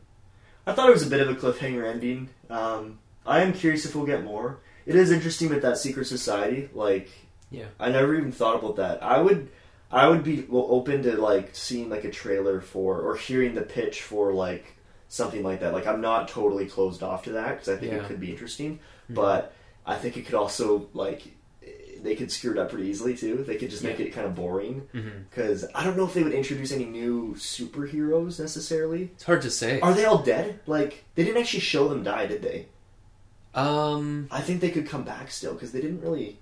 B: I thought it was a bit of a cliffhanger ending. Um, I am curious if we'll get more. It is interesting with that secret society. Like,
A: Yeah.
B: I never even thought about that. I would, I would be well, open to like seeing like a trailer for or hearing the pitch for like something like that. Like, I'm not totally closed off to that because I think it
A: Yeah. Hmm.
B: could be interesting but I think it could also like they could screw it up pretty easily too. They could just make
A: Yeah.
B: it kind of boring
A: hmm
B: because I don't know if they would introduce any new superheroes necessarily.
A: it's hard to say.
B: Are they all dead? Like they didn't actually show them die, did they?
A: um.
B: I think they could come back still because they didn't really.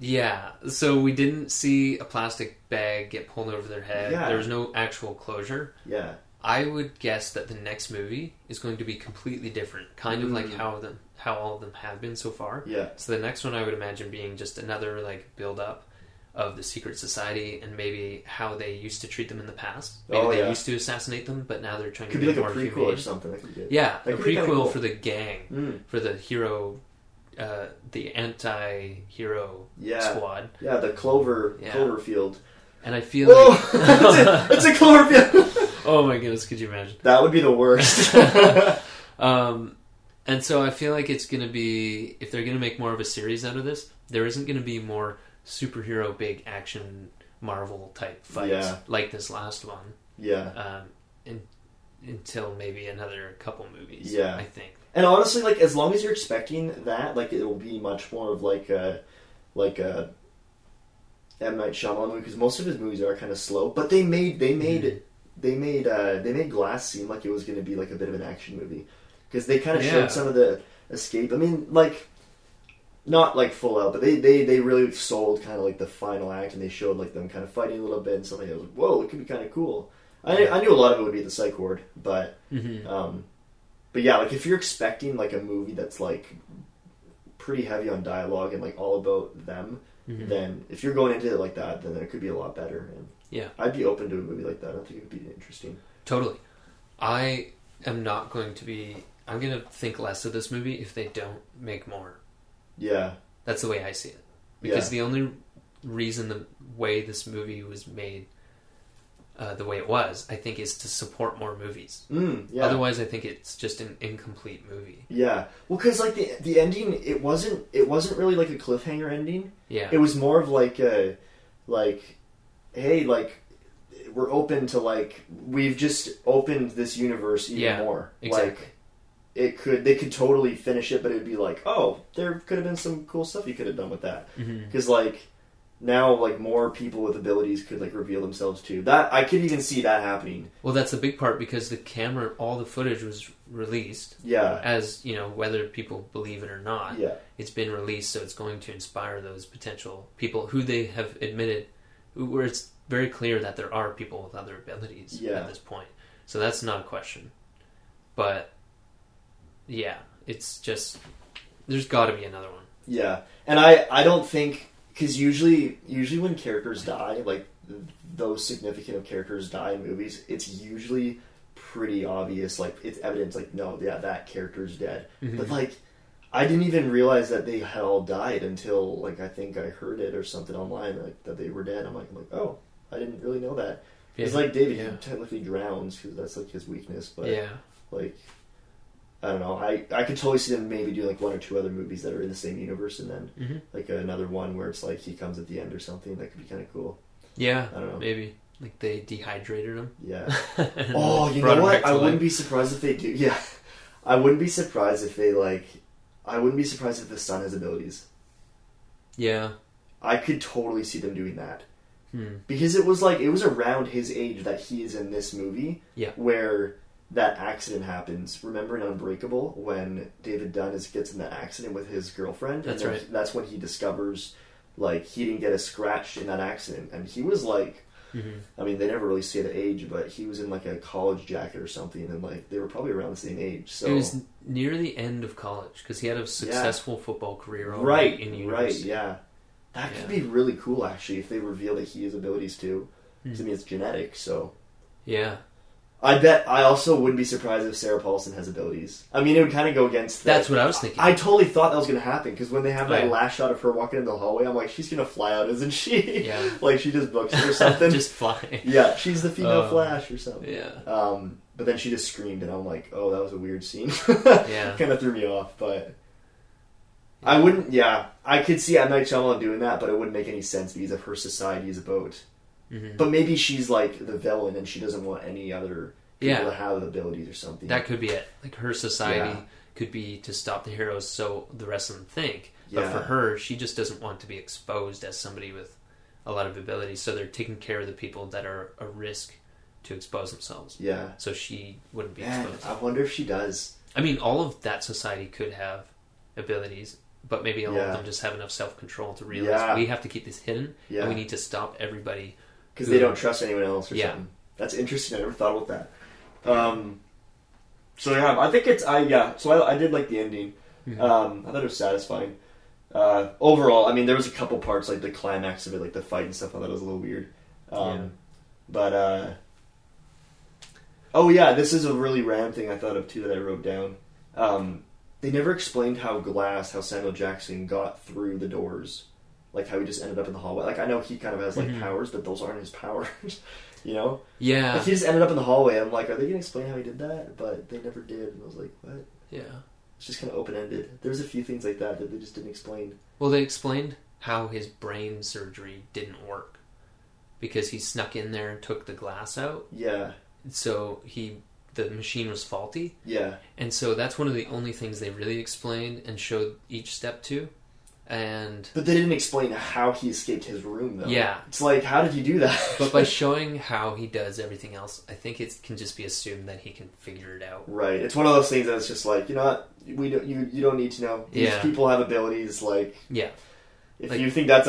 A: Yeah, so we didn't see a plastic bag get pulled over their head.
B: Yeah.
A: There was no actual closure.
B: Yeah,
A: I would guess that the next movie is going to be completely different, kind of like
B: Mm.
A: how them how all of them have been so far.
B: yeah,
A: So the next one I would imagine being just another like build up of the secret society and maybe how they used to treat them in the past. Maybe
B: Oh,
A: they
B: yeah.
A: used to assassinate them, but now they're trying
B: could
A: to
B: be like a
A: more
B: prequel
A: humane.
B: or something. That could be good.
A: Yeah,
B: That
A: a
B: could be
A: prequel
B: kinda cool.
A: for the gang,
B: Mm,
A: for the hero, uh, the anti-hero
B: yeah,
A: squad.
B: yeah. The Clover
A: Yeah.
B: Cloverfield.
A: And I feel
B: Whoa,
A: like,
B: it's, a, it's a Cloverfield.
A: oh my goodness, could you imagine?
B: that would be the worst.
A: Um, and so I feel like it's gonna be if they're gonna make more of a series out of this, there isn't gonna be more superhero big action Marvel type fights
B: Yeah.
A: like this last one.
B: yeah.
A: Um, in, until maybe another couple movies.
B: Yeah.
A: I think.
B: And honestly, like as long as you're expecting that, like it'll be much more of like a like a M Night Shyamalan movie because most of his movies are kind of slow. But they made they made
A: Mhm.
B: they made uh, they made Glass seem like it was going to be like a bit of an action movie because they kind of
A: Yeah.
B: showed some of the escape. I mean, like not like full out, but they they they really sold kind of like the final act and they showed like them kind of fighting a little bit and something. I was like, whoa, it could be kind of cool. I, I knew a lot of it would be the psych ward, but
A: Mm-hmm.
B: um, but yeah, like if you're expecting like a movie that's like pretty heavy on dialogue and like all about them,
A: Mhm.
B: then if you're going into it like that, then it could be a lot better. And
A: Yeah.
B: I'd be open to a movie like that. I think it would be interesting.
A: Totally. I am not going to be. I'm gonna think less of this movie if they don't make more.
B: Yeah,
A: That's the way I see it. Because
B: Yeah.
A: the only reason the way this movie was made uh, the way it was, I think, is to support more movies.
B: mm, yeah,
A: Otherwise, I think it's just an incomplete movie.
B: yeah. Well, because like the the ending, it wasn't it wasn't really like a cliffhanger ending.
A: Yeah.
B: It was more of like a like, hey, like we're open to like we've just opened this universe even
A: Yeah,
B: more. Like,
A: exactly.
B: it could they could totally finish it, but it'd be like, oh, there could have been some cool stuff you could have done with that
A: Mhm.
B: because like now like more people with abilities could like reveal themselves too. That I could even see that happening.
A: Well, that's a big part because the camera, all the footage was released
B: Yeah,
A: as, you know, whether people believe it or not,
B: yeah,
A: it's been released, so it's going to inspire those potential people who they have admitted, who- where it's very clear that there are people with other abilities
B: Yeah.
A: at this point. So that's not a question. But yeah, it's just there's got to be another one.
B: Yeah, and I I don't think because usually usually when characters die, like th- those significant of characters die in movies, it's usually pretty obvious. Like it's evidence. Like no, yeah, that character's dead.
A: Mm-hmm.
B: But like. I didn't even realize that they had all died until like I think I heard it or something online like that they were dead. I'm like, I'm like oh, I didn't really know that. It's like David
A: Yeah.
B: he technically drowns because that's like his weakness, but
A: yeah,
B: like I don't know. I I could totally see them maybe do like one or two other movies that are in the same universe, and then
A: Mhm.
B: like another one where it's like he comes at the end or something. That could be kind of cool.
A: yeah,
B: I don't know.
A: maybe like they dehydrated him.
B: Yeah. oh, you
A: Brought
B: know
A: him
B: what?
A: back to
B: I
A: life.
B: wouldn't be surprised if they do. Yeah, I wouldn't be surprised if they like. I wouldn't be surprised if the son has abilities.
A: Yeah,
B: I could totally see them doing that.
A: hmm.
B: because it was like it was around his age that he is in this movie
A: Yeah.
B: where that accident happens remember in unbreakable when david dunn is, gets in that accident with his girlfriend
A: That's
B: and then
A: right.
B: he- that's when he discovers like he didn't get a scratch in that accident and he was like
A: Mhm.
B: i mean they never really say the age but he was in like a college jacket or something and like they were probably around the same age so
A: it was n- near the end of college because he had a successful football career already
B: right
A: in
B: right
A: university.
B: yeah that could
A: Yeah.
B: be really cool actually if they reveal that he has abilities too
A: Hmm.
B: 'Cause, i mean it's genetic so
A: Yeah,
B: I bet I also would be surprised if Sarah Paulson has abilities. I mean, it would kind of go against. the-
A: that's what I was thinking.
B: I totally thought that was going to happen because when they have that
A: Oh, yeah.
B: last shot of her walking in the hallway, I'm like, she's going to fly out, isn't she?
A: Yeah.
B: like she just books it or something.
A: just flying.
B: yeah, she's the female
A: Oh.
B: Flash or something.
A: Yeah,
B: Um, but then she just screamed, and I'm like, oh, that was a weird scene.
A: Yeah.
B: kind of threw me off, but. I wouldn't, yeah. I could see M. Night Shyamalan doing that, but it wouldn't make any sense because of her society is a boat.
A: Mhm.
B: But maybe she's like the villain and she doesn't want any other people
A: Yeah.
B: to have abilities or something.
A: that could be it. Like her society
B: Yeah.
A: could be to stop the heroes so the rest of them think. But
B: Yeah.
A: for her, she just doesn't want to be exposed as somebody with a lot of ability. So they're taking care of the people that are a risk to expose themselves.
B: yeah.
A: So she wouldn't be
B: Man,
A: exposed.
B: I wonder if she does.
A: I mean, all of that society could have abilities, but maybe all
B: Yeah.
A: of them just have enough self control to realize
B: Yeah.
A: we have to keep this hidden
B: Yeah.
A: and we need to stop everybody.
B: Because they don't trust anyone else or
A: Yeah.
B: something. That's interesting. I never thought about that. Um, so yeah, I think it's I yeah. So I, I did like the ending.
A: Mm-hmm.
B: Um, I thought it was satisfying. Uh, overall, I mean, there was a couple parts like the climax of it, like the fight and stuff. I thought it was a little weird. Um,
A: Yeah.
B: But uh, oh yeah, this is a really random thing I thought of too that I wrote down. Um, they never explained how glass, how Samuel Jackson got through the doors, like how he just ended up in the hallway. Like I know he kind of has like
A: Mhm.
B: powers, but those aren't his powers. you know,
A: Yeah.
B: like, he just ended up in the hallway. I'm like, are they gonna explain how he did that? But they never did, and I was like, what?
A: Yeah.
B: It's just kind of open ended. There's a few things like that that they just didn't explain.
A: Well, they explained how his brain surgery didn't work because he snuck in there and took the glass out.
B: Yeah,
A: So he the machine was faulty.
B: yeah,
A: And so that's one of the only things they really explained and showed each step to. And
B: but they didn't explain how he escaped his room though.
A: Yeah.
B: it's like, how did he do that?
A: but by showing how he does everything else, I think it can just be assumed that he can figure it out.
B: Right. It's one of those things that's just like, you know what? We don't, you, you don't need to know. These
A: Yeah.
B: people have abilities. Like,
A: Yeah.
B: if
A: Like-
B: you think that's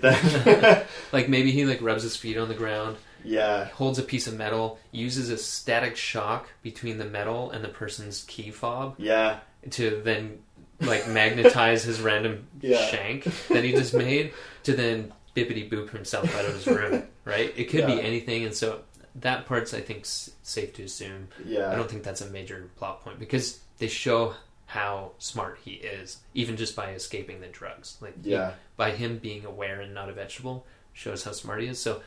B: then.
A: Like maybe he like rubs his feet on the ground,
B: yeah.
A: holds a piece of metal, uses a static shock between the metal and the person's key fob
B: Yeah.
A: to then like magnetize his random
B: Yeah.
A: shank that he just made to then bippity boop himself out of his room, right? It could
B: Yeah.
A: be anything, and so that part's I think s- safe to assume. I
B: Yeah.
A: don't think that's a major plot point because they show how smart he is, even just by escaping the drugs. Like he-
B: Yeah.
A: by him being aware and not a vegetable shows how smart he is. So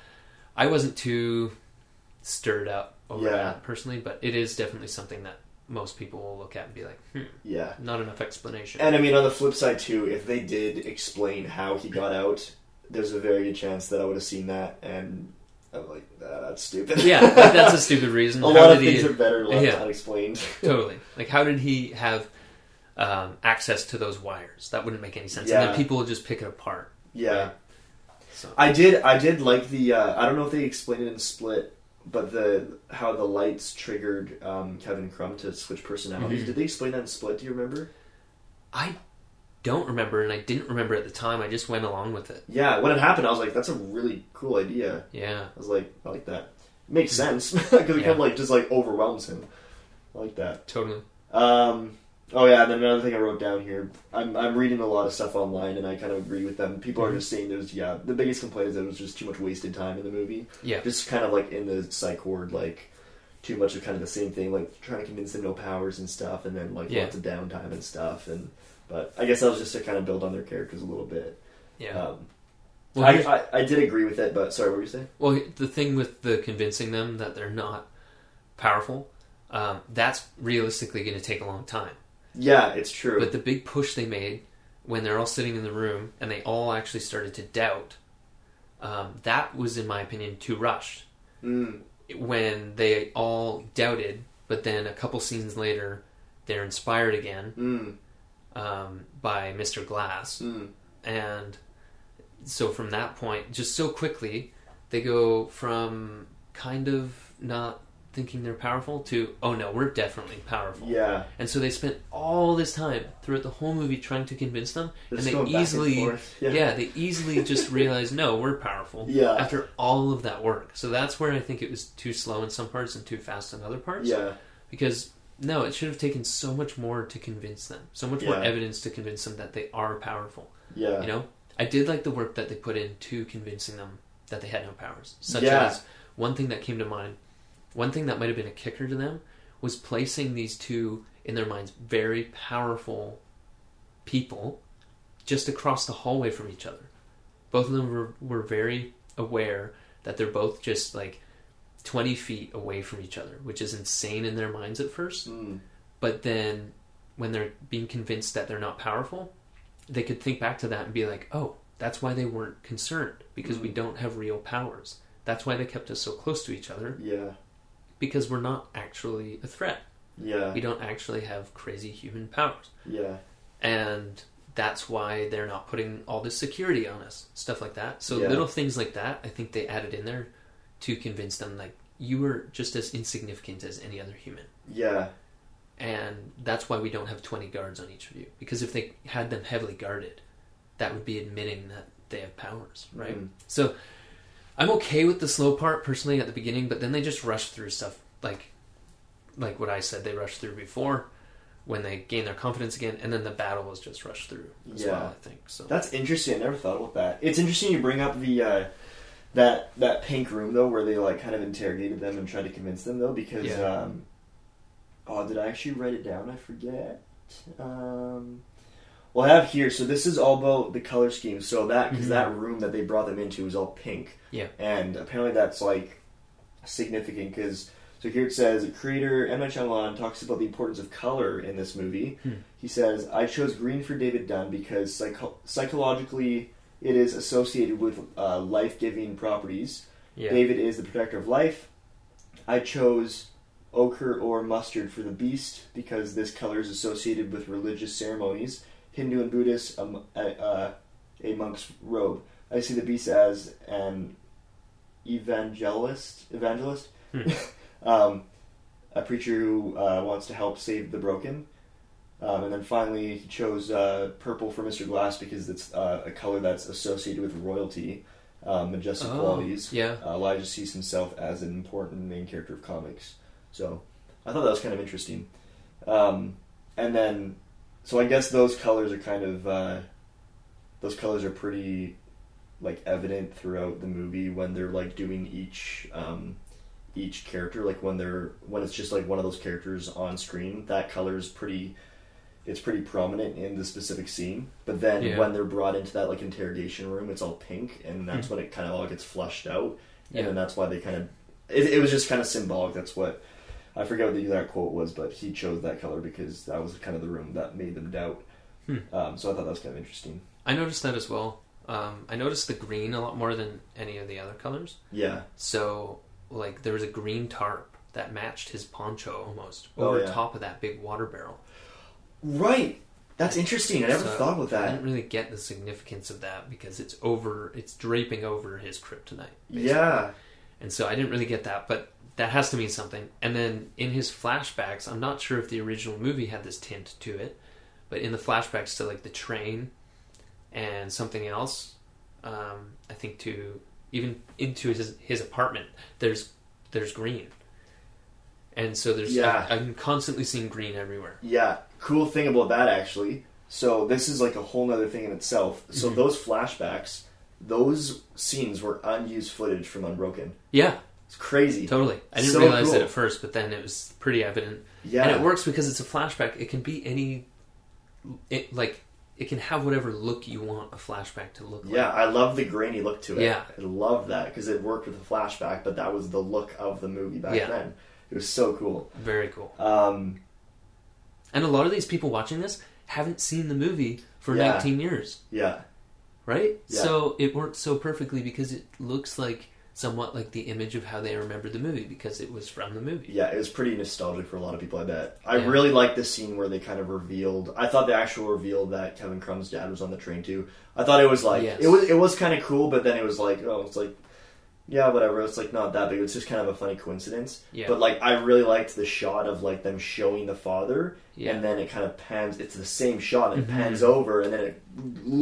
A: I wasn't too stirred up over
B: Yeah.
A: that personally, but it is definitely something that most people will look at and be like, hmm,
B: Yeah.
A: not enough explanation.
B: And I mean, on the flip side, too, if they did explain how he got out, there's a very good chance that I would have seen that and I'm like, ah, that's stupid.
A: yeah, like, that's a stupid reason.
B: a
A: How
B: lot of
A: did he-
B: things are better left
A: Yeah.
B: unexplained.
A: totally like how did he have um, access to those wires? That wouldn't make any sense. And
B: Yeah.
A: then people will just pick it apart.
B: Yeah.
A: So
B: I did. I did like the. Uh, I don't know if they explained it in Split, but the how the lights triggered um, Kevin Crumb to switch personalities.
A: Mhm.
B: Did they explain that in Split? Do you remember?
A: I don't remember, and I didn't remember at the time. I just went along with it.
B: Yeah, when it happened, I was like, "That's a really cool idea."
A: Yeah,
B: I was like, "I like that. Makes sense because it kind
A: Yeah.
B: of like just like overwhelms him." I like that.
A: totally.
B: Um, Oh yeah, and then another thing I wrote down here. I'm I'm reading a lot of stuff online, and I kind of agree with them. People
A: Mm-hmm.
B: are just saying there's yeah, the biggest complaint is that it was just too much wasted time in the movie.
A: Yeah.
B: Just kind of like in the psych ward, like too much of kind of the same thing, like trying to convince them no powers and stuff, and then like
A: Yeah.
B: lots of downtime and stuff. And but I guess that was just to kind of build on their characters a little bit.
A: Yeah.
B: Um,
A: well,
B: I,
A: here's-
B: I I did agree with it, but sorry, what were you saying?
A: Well, the thing with the convincing them that they're not powerful, um, that's realistically going to take a long time.
B: Yeah, it's true.
A: But the big push they made when they're all sitting in the room and they all actually started to doubt, um, that was, in my opinion, too rushed.
B: mm,
A: When they all doubted, but then a couple scenes later, they're inspired again
B: mm,
A: um, by Mr. Glass
B: mm.
A: and so from that point just so quickly they go from kind of not thinking they're powerful to oh no we're definitely powerful
B: Yeah,
A: and so they spent all this time throughout the whole movie trying to convince them and
B: They're just
A: they
B: going back and
A: easily
B: forth.
A: yeah. they easily just realize no we're powerful
B: Yeah.
A: after all of that work so that's where i think it was too slow in some parts and too fast in other parts
B: yeah,
A: because no it should have taken so much more to convince them so much more
B: Yeah.
A: evidence to convince them that they are powerful
B: yeah.
A: you know, I did like the work that they put into convincing them that they had no powers. Such
B: Yeah.
A: as one thing that came to mind, one thing that might have been a kicker to them was placing these two in their minds very powerful people just across the hallway from each other. Both of them were, were very aware that they're both just like 20 feet away from each other, which is insane in their minds at first
B: Mm.
A: but then when they're being convinced that they're not powerful, they could think back to that and be like, oh, that's why they weren't concerned because we don't have real powers. That's why they kept us so close to each other
B: Yeah,
A: because we're not actually a threat.
B: yeah,
A: We don't actually have crazy human powers.
B: yeah,
A: And that's why they're not putting all this security on us, stuff like that. So
B: Yeah.
A: little things like that, I think they added in there to convince them like you are just as insignificant as any other human.
B: yeah,
A: and that's why we don't have 20 guards on each of you because if they had them heavily guarded that would be admitting that they have powers right
B: Mm.
A: so i'm okay with the slow part personally at the beginning but then they just rush through stuff like like what i said they rushed through before when they gain their confidence again and then the battle was just rushed through as
B: Yeah.
A: well i think so
B: That's interesting. I never thought about that. It's interesting you bring up the uh, that that pink room though, where they like kind of interrogated them and tried to convince them though, because
A: Yeah.
B: um, oh, did I actually write it down? I forget. Um, well, I have here. So this is all about the color scheme. So that because
A: Mhm.
B: that room that they brought them into is all pink.
A: Yeah.
B: and apparently that's like significant because. So here it says, creator M. Night Shyamalan talks about the importance of color in this movie. He says, I chose green for David Dunn because psycho- psychologically it is associated with uh, life giving properties.
A: yeah
B: David is the protector of life. I chose ochre or mustard for the beast because this color is associated with religious ceremonies, Hindu and Buddhist, um, a, uh, a monk's robe. I see the beast as an evangelist, evangelist,
A: Hmm.
B: um, a preacher who uh, wants to help save the broken. Um, and then finally, he chose uh, purple for Mr. Glass because it's uh, a color that's associated with royalty, um, majestic
A: Oh,
B: qualities.
A: yeah
B: Uh, Elijah sees himself as an important main character of comics. So I thought that was kind of interesting. Um, and then, so I guess those colors are kind of uh, those colors are pretty like evident throughout the movie when they're like doing each um, each character. Like when they're when it's just like one of those characters on screen, that color is pretty. It's pretty prominent in the specific scene, but then
A: Yeah. Hmm.
B: when they're brought into that like interrogation room, it's all pink, and that's when it kind of all gets flushed out
A: Yeah.
B: and then that's why they kind of it, it was just kind of symbolic that's what i forget what the exact quote was but he chose that color because that was kind of the room that made them doubt
A: Hmm.
B: um, so i thought that was kind of interesting
A: i noticed that as well um, i noticed the green a lot more than any of the other colors
B: yeah
A: So, like, there was a green tarp that matched his poncho almost
B: Oh,
A: over
B: yeah.
A: top of that big water barrel.
B: right that's interesting i never
A: So,
B: thought about
A: I
B: that
A: didn't really get the significance of that because it's over, it's draping over his kryptonite. basically.
B: yeah
A: And so I didn't really get that, but that has to mean something. And then in his flashbacks, I'm not sure if the original movie had this tint to it, but in the flashbacks to like the train and something else, um, I think to even into his his apartment, there's there's green. And so there's
B: Yeah.
A: I, am constantly seeing green everywhere.
B: yeah cool thing about that actually so this is like a whole nother thing in itself so
A: Mm-hmm.
B: those flashbacks those scenes were unused footage from unbroken
A: Yeah,
B: it's crazy
A: totally. I didn't
B: So
A: realize
B: cool.
A: it at first, but then it was pretty evident.
B: yeah
A: And it works because it's a flashback. It can be any, it like it can have whatever look you want a flashback to look
B: yeah i love the grainy look to it
A: Yeah.
B: i love that because it worked with the flashback but that was the look of the movie back
A: Yeah.
B: then it was so cool
A: like. Very cool.
B: um
A: And a lot of these people watching this haven't seen the movie for
B: Yeah.
A: 19 years.
B: yeah
A: right?
B: Yeah.
A: So it worked so perfectly because it looks like somewhat like the image of how they remembered the movie because it was from the movie.
B: yeah, it was pretty nostalgic for a lot of people. I bet. I
A: Yeah.
B: really liked the scene where they kind of revealed. I thought the actual reveal that Kevin Crumb's dad was on the train too. I thought it was like
A: Yes.
B: it was it was kind of cool, but then it was like oh, it's like yeah, whatever. It's like not that big. It's just kind of a funny coincidence.
A: Yeah.
B: But like, I really liked the shot of like them showing the father,
A: Yeah. Mm-hmm.
B: and then it kind of pans. It's the same shot. And it pans over, and then it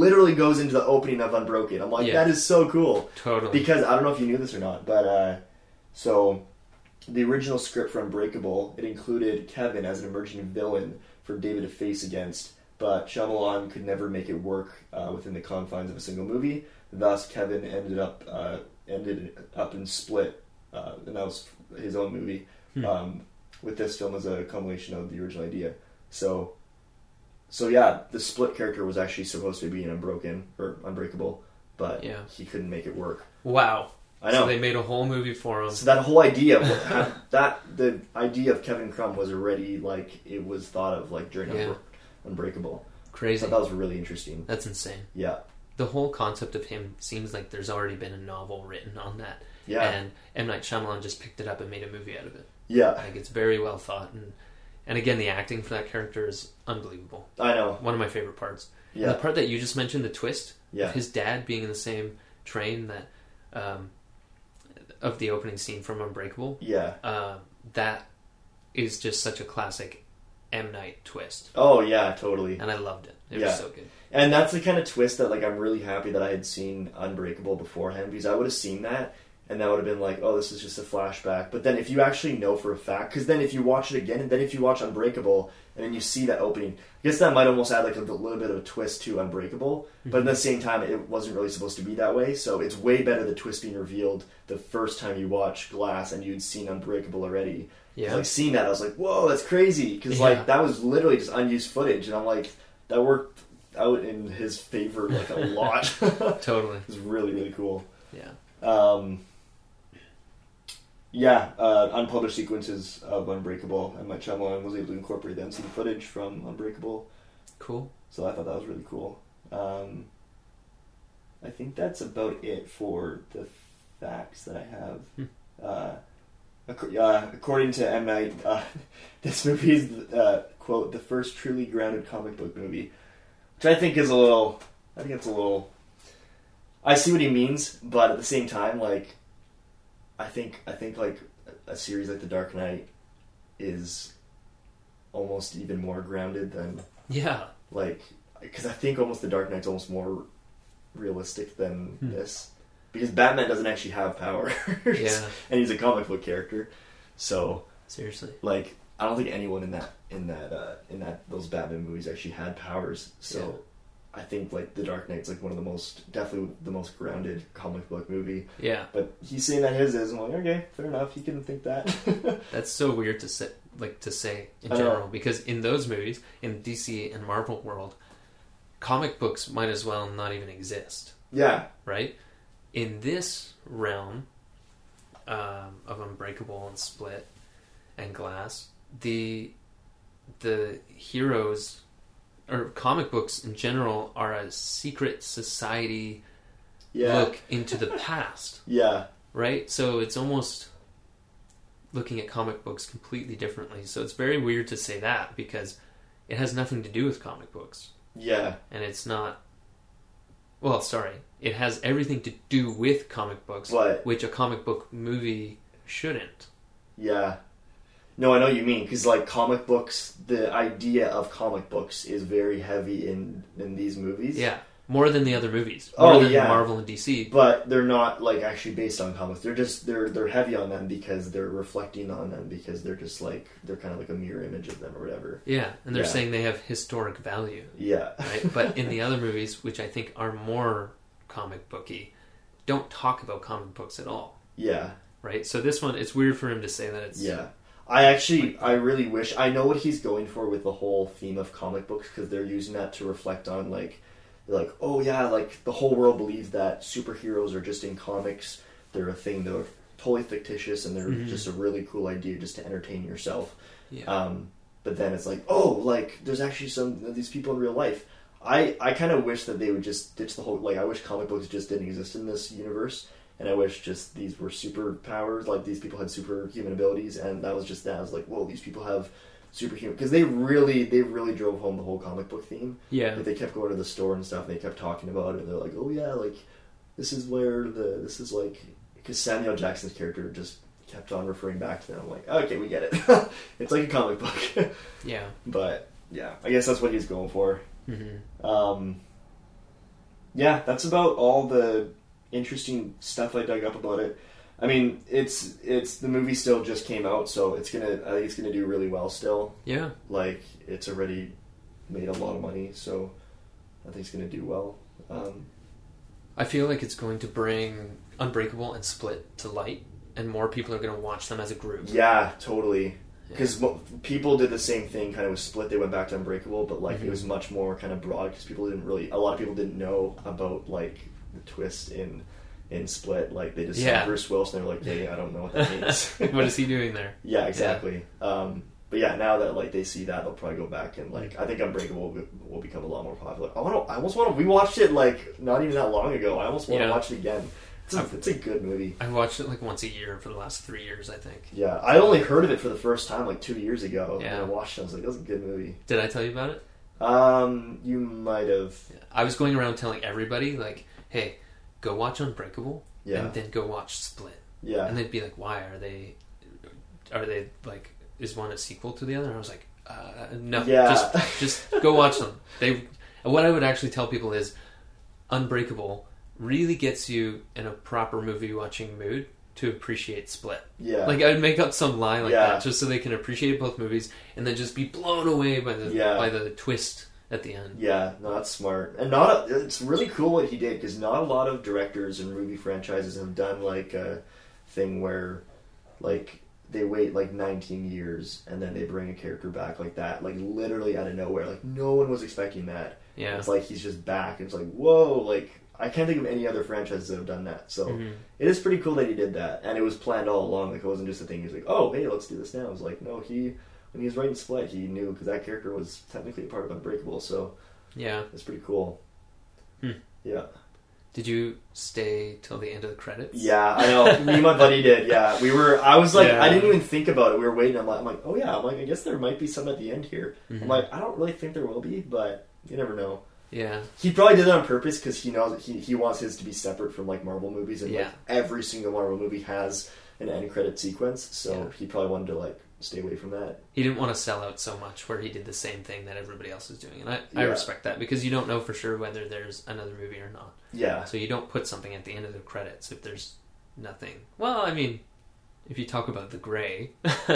B: literally goes into the opening of Unbroken. I'm like,
A: Yeah.
B: that is so cool
A: Totally.
B: because I don't know if you knew this or not, but uh, so the original script for Unbreakable it included Kevin as an emerging villain for David to face against, but Shyamalan could never make it work uh, within the confines of a single movie. Thus, Kevin ended up uh, ended up in Split, uh, and that was his own movie.
A: Hmm.
B: Um, with this film as a culmination of the original idea, so. So yeah, the split character was actually supposed to be an unbroken or unbreakable, but
A: Yeah.
B: he couldn't make it work.
A: wow.
B: I know.
A: So
B: So,
A: they made a whole movie for him.
B: that whole idea, of what- that the idea of Kevin Crumb was already like it was thought of like during
A: Yeah.
B: Unbre- Unbreakable. I
A: Crazy.
B: thought that was really interesting.
A: That's insane.
B: Yeah,
A: The whole concept of him seems like there's already been a novel written on that.
B: yeah,
A: And M. Night Shyamalan just picked it up and made a movie out of it.
B: yeah.
A: Like, it's very well thought. And, and again, the acting for that character is unbelievable.
B: I know.
A: One of my favorite parts. And
B: Yeah,
A: The part that you just mentioned, the twist,
B: yeah,
A: his dad being in the same train that um, of the opening scene from Unbreakable.
B: yeah.
A: Uh, that is just such a classic M Night twist,
B: Oh yeah, totally.
A: and I loved it. It
B: Yeah.
A: was so good.
B: And that's the kind of twist that like I'm really happy that I had seen Unbreakable beforehand because I would have seen that and that would have been like, oh, this is just a flashback. But then if you actually know for a fact, because then if you watch it again and then if you watch Unbreakable and then you see that opening, I guess that might almost add like a little bit of a twist to Unbreakable. But at the same time, it wasn't really supposed to be that way. So it's way better the twist being revealed the first time you watch Glass and you'd seen Unbreakable already.
A: Yeah,
B: Like seeing that, I was like, "Whoa, that's crazy!" Because
A: Yeah.
B: like that was literally just unused footage, and I'm like, that worked out in his favor like a lot. it
A: totally.
B: was really really cool.
A: Yeah,
B: Um, yeah, uh, unpublished sequences of Unbreakable, and my Shyamalan was able to incorporate them some footage from Unbreakable,
A: cool.
B: so I thought that was really cool. Um, I think that's about it for the facts that I have.
A: Hmm.
B: Uh, ac- uh, according to M. Night, uh, this movie is, uh, quote, the first truly grounded comic book movie, which I think is a little. I think it's a little. I see what he means, but at the same time, like, I think I think like a series like The Dark Knight is almost even more grounded than
A: Yeah,
B: like because I think almost the Dark Knight's almost more realistic than
A: Hmm.
B: this because Batman doesn't actually have powers,
A: yeah.
B: and he's a comic book character, so
A: Seriously,
B: like I don't think anyone in that in that uh, in that those Batman movies actually had powers, so. I think like the Dark Knight's like one of the most definitely the most grounded comic book movie,
A: yeah.
B: but he's saying that his is. I'm like, okay, fair enough. He can think that.
A: That's so weird to say, like to say in
B: I know.
A: general, because in those movies, in DC and Marvel world, comic books might as well not even exist.
B: yeah,
A: right? In this realm um, of Unbreakable and Split and Glass, the the heroes or comic books in general are a secret society
B: yeah,
A: look into the past,
B: yeah,
A: right? So it's almost looking at comic books completely differently. So it's very weird to say that because it has nothing to do with comic books
B: yeah,
A: and it's not. Well, sorry, it has everything to do with comic books,
B: What?
A: which a comic book movie shouldn't.
B: Yeah. No, I know what you mean because like comic books, the idea of comic books is very heavy in in these movies.
A: Yeah, more than the other movies. More
B: Oh,
A: than
B: yeah.
A: Marvel and DC.
B: but they're not like actually based on comics. They're just they're they're heavy on them because they're reflecting on them because they're just like they're kind of like a mirror image of them or whatever.
A: Yeah, and they're
B: Yeah.
A: saying they have historic value,
B: Yeah,
A: right? but in the other movies, which I think are more comic booky, don't talk about comic books at all,
B: yeah,
A: right? So this one, it's weird for him to say that it's
B: yeah. I actually I really wish I know what he's going for with the whole theme of comic books because they're using that to reflect on like they're like oh yeah like the whole world believes that superheroes are just in comics. They're a thing though. Totally fictitious, and they're
A: Mhm.
B: just a really cool idea just to entertain yourself.
A: yeah.
B: Um, but then it's like, oh, like there's actually some of these people in real life. I, I kind of wish that they would just ditch the whole like I wish comic books just didn't exist in this universe, and I wish just these were superpowers like these people had superhuman abilities, and that was just that I was like, whoa, these people have superhuman because they really they really drove home the whole comic book theme.
A: yeah.
B: But they kept going to the store and stuff, and they kept talking about it. And they're like, "Oh yeah, like this is where the this is like because Samuel Jackson's character just kept on referring back to them. I'm like, okay, we get it. it's like a comic book,
A: Yeah.
B: but yeah, I guess that's what he's going for.
A: hmm
B: Um, yeah, that's about all the interesting stuff I dug up about it. I mean, it's it's the movie still just came out, so it's gonna I think it's gonna do really well still
A: Yeah.
B: like it's already made a lot of money, so I think it's gonna do well. Um,
A: I feel like it's going to bring Unbreakable and Split to light, and more people are going to watch them as a group.
B: yeah, totally. Because people did the same thing, kind of with Split. They went back to Unbreakable, but like it
A: Mhm.
B: was much more kind of broad because people didn't really. A lot of people didn't know about like the twist in in Split. Like they just
A: Yeah.
B: saw Bruce Willis and they're like, "Hey, I don't know what that means."
A: what is he doing there?
B: Yeah, exactly. Um, but yeah, now that like they see that, they'll probably go back and like I think Unbreakable will, will become a lot more popular. I want to. I almost want to. We watched it like not even that long ago. I almost want to
A: Yeah.
B: watch it again. It's a, it's a good movie.
A: I watched it like once a year for the last three years, I think.
B: Yeah, I only heard of it for the first time like two years ago, and
A: Yeah.
B: I watched it. I was like, "That's a good movie."
A: Did I tell you about it?
B: Um, you might have.
A: I was going around telling everybody, like, hey, go watch Unbreakable
B: Yeah,
A: and then go watch Split.
B: yeah,
A: And they'd be like, why? Are they, are they like, is one a sequel to the other? And I was like, uh, no,
B: Yeah.
A: just, just go watch them. They, what I would actually tell people is Unbreakable really gets you in a proper movie watching mood to appreciate Split.
B: yeah.
A: Like I'd make up some lie like
B: Yeah.
A: that just so they can appreciate both movies and then just be blown away by the
B: Yeah.
A: by the twist at the end.
B: Yeah, no, that's smart, and not. A, it's really cool what he did because not a lot of directors and movie franchises have done like a thing where, like, they wait like 19 years and then they bring a character back like that, like literally out of nowhere. Like no one was expecting that.
A: Yeah.
B: It's like he's just back. It's like whoa, like I can't think of any other franchises that have done that. So
A: Mhm.
B: it is pretty cool that he did that, and it was planned all along. Like it wasn't just a thing. He was like, "Oh, hey, let's do this now." It was like, no, he when he was writing Split, he knew because that character was technically a part of Unbreakable, so
A: Yeah.
B: it's pretty cool.
A: Hmm.
B: Yeah,
A: Did you stay till the end of the credits?
B: yeah, I know. Me and my buddy did. Yeah, we were. I was like,
A: Yeah.
B: I didn't even think about it. We were waiting. I'm like, I'm like, oh yeah. I'm like, I guess there might be some at the end here.
A: Mhm.
B: I'm like, I don't really think there will be, but you never know.
A: yeah.
B: He probably did that on purpose because he knows he he wants his to be separate from like Marvel movies, and
A: Yeah.
B: like every single Marvel movie has an end credit sequence. So
A: Yeah.
B: he probably wanted to like stay away from that.
A: He didn't want to sell out so much where he did the same thing that everybody else is doing. And I, I
B: Yeah.
A: respect that because you don't know for sure whether there's another movie or not.
B: Yeah,
A: So you don't put something at the end of the credits if there's nothing. Well, I mean, if you talk about the gray.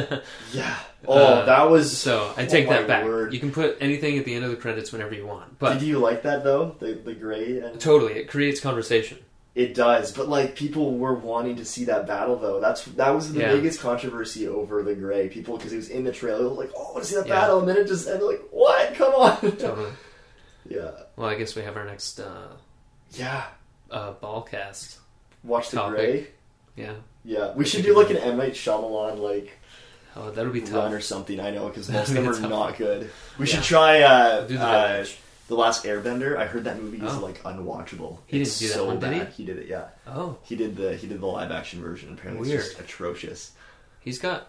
B: yeah. Oh,
A: Uh,
B: that was.
A: so I
B: Oh
A: take
B: my
A: that back.
B: word.
A: You can put anything at the end of the credits whenever you want. But
B: Did you like that though? The the gray and
A: Totally, it creates conversation.
B: It does, but like people were wanting to see that battle though. That's that was the
A: Yeah.
B: biggest controversy over the gray people because it was in the trailer. Like, oh, I want to see that
A: Yeah.
B: battle, and then it just ended. Like, what? Come on.
A: Totally.
B: yeah,
A: well, I guess we have our next uh,
B: yeah.
A: uh, ball cast.
B: Watch the
A: Topic.
B: gray.
A: Yeah.
B: Yeah, we should do like an M Night Shyamalan like
A: Oh, that'll be tough.
B: run or something. I know because most of
A: That'd
B: them
A: be
B: are
A: a tough
B: not good. We
A: Yeah.
B: should try uh,
A: Do the
B: uh,
A: Village.
B: the Last Airbender. I heard that movie is
A: Oh.
B: like unwatchable.
A: He didn't
B: It's
A: do that
B: so
A: one, did he?
B: bad. He did it. Yeah,
A: Oh,
B: he did the he did the live action version. Apparently,
A: Weird.
B: it's just atrocious.
A: he's got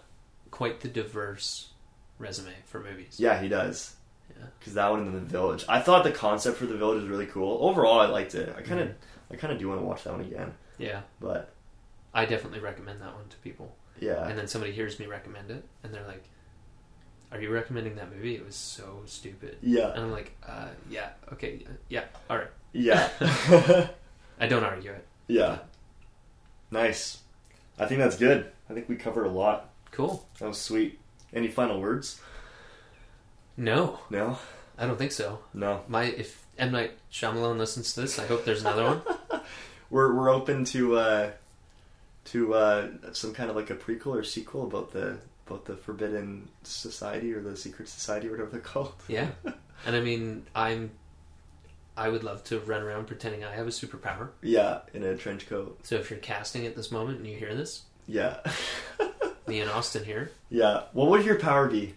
A: quite the diverse resume for movies.
B: Yeah, he does.
A: Yeah.
B: Because that one in the village, I thought the concept for the village was really cool. Overall, I liked it. I kind of,
A: Mm-hmm.
B: I kind of do want to watch that one again.
A: Yeah.
B: But
A: I definitely recommend that one to people.
B: yeah,
A: And then somebody hears me recommend it, and they're like, "Are you recommending that movie? It was so stupid."
B: yeah,
A: And I'm like, uh, "Yeah, okay, yeah, all right."
B: Yeah.
A: I don't argue it.
B: yeah. Nice. I think that's good. I think we covered a lot.
A: Cool.
B: That was sweet. Any final words?
A: No,
B: No?
A: I don't think so.
B: No.
A: My if M Night Shyamalan listens to this, I hope there's another one.
B: We're we're open to uh to uh some kind of like a prequel or sequel about the about the Forbidden Society or the Secret Society or whatever they're called.
A: Yeah, and I mean, I'm. I would love to run around pretending I have a superpower.
B: Yeah, in a trench coat.
A: So if you're casting at this moment and you hear this,
B: Yeah.
A: me and Austin here.
B: yeah. What would your power be?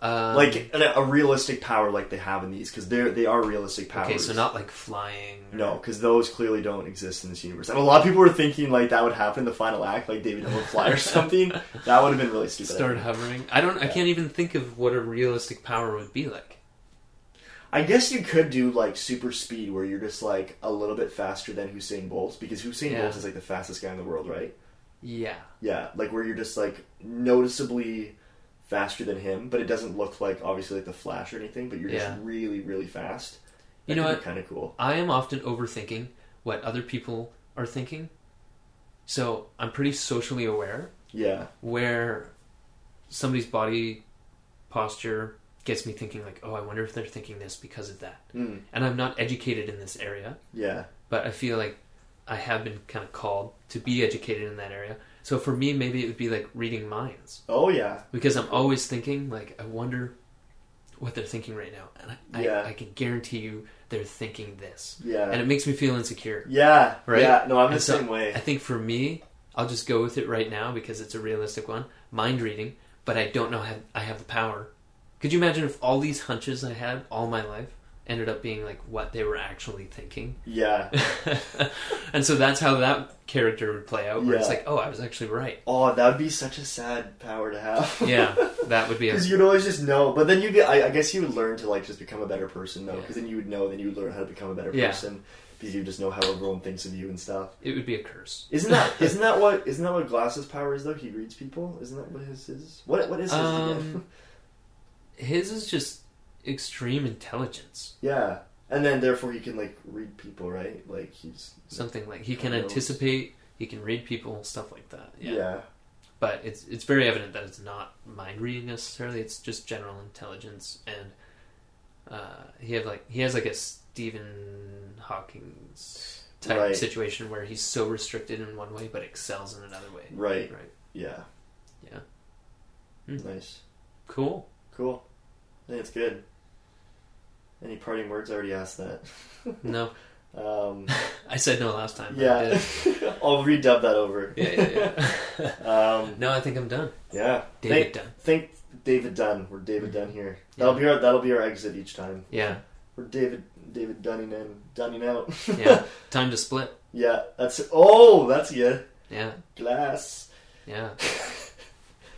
A: Um,
B: like a, a realistic power like they have in these because they're they are realistic powers
A: okay, so not like flying. or-
B: no because those clearly don't exist in this universe and a lot of people were thinking like that would happen in the final act like david would fly or something that would have been really stupid
A: Start hovering. I don't. I can't even think of what a realistic power would be like.
B: i guess you could do like super speed where you're just like a little bit faster than usain bolt because usain
A: Yeah.
B: bolt is like the fastest guy in the world right
A: Yeah.
B: yeah like where you're just like noticeably faster than him but it doesn't look like obviously like the flash or anything but you're
A: Yeah.
B: just really really fast
A: You know what?
B: kind of cool
A: I am often overthinking what other people are thinking. So I'm pretty socially aware
B: yeah
A: where somebody's body posture gets me thinking like, oh, I wonder if they're thinking this because of that.
B: mm,
A: And I'm not educated in this area,
B: yeah
A: but I feel like I have been kind of called to be educated in that area. So for me, maybe it would be like reading minds
B: oh yeah
A: because I'm always thinking like, I wonder what they're thinking right now, and I,
B: Yeah.
A: I, I can guarantee you they're thinking this,
B: Yeah.
A: and it makes me feel insecure.
B: yeah.
A: Right?
B: Yeah. No, I'm
A: And
B: the
A: so
B: same
A: I
B: way.
A: think for me, I'll just go with it right now because it's a realistic one. Mind reading, but I don't know how I have the power. Could you imagine if all these hunches I had all my life ended up being like what they were actually thinking?
B: Yeah.
A: and so that's how that character would play out. Where it's
B: Yeah.
A: like, oh, I was actually right.
B: Oh, that would be such a sad power to have.
A: Yeah, that would be a
B: Because you'd always just know, but then you get. I, I guess you would learn to like just become a better person, though.
A: Yeah.
B: Because then you would know, then you would learn how to become a better
A: Yeah.
B: person because you just know how everyone thinks of you and stuff.
A: it would be a curse.
B: Isn't that isn't that what isn't that what Glass's power is though? He reads people. Isn't that what his is? What what is his? again?
A: Um, His is just extreme intelligence.
B: yeah, and then therefore he can like read people, right? Like he's
A: Something like he can
B: Who knows?
A: anticipate, he can read people, stuff like that.
B: yeah.
A: but it's it's very evident that it's not mind reading necessarily. It's just general intelligence, and uh, he have like he has like a Stephen Hawking's type
B: Right.
A: situation where he's so restricted in one way but excels in another way.
B: Right.
A: Right.
B: Yeah.
A: Yeah. Hmm.
B: Nice.
A: Cool.
B: Cool. I think it's good. Any parting words? I already asked that.
A: No,
B: Um,
A: I said no last time. but I
B: yeah,
A: did.
B: I'll redub that over.
A: Yeah, yeah, yeah.
B: Um,
A: no, I think I'm done.
B: yeah,
A: David
B: Thank,
A: done.
B: think David Dunn. We're David Dunn here.
A: Yeah.
B: That'll be our that'll be our exit each time.
A: Yeah,
B: We're David David Dunning in Dunning out.
A: yeah. Time to split.
B: yeah, that's oh, that's good.
A: Yeah,
B: Glass.
A: yeah.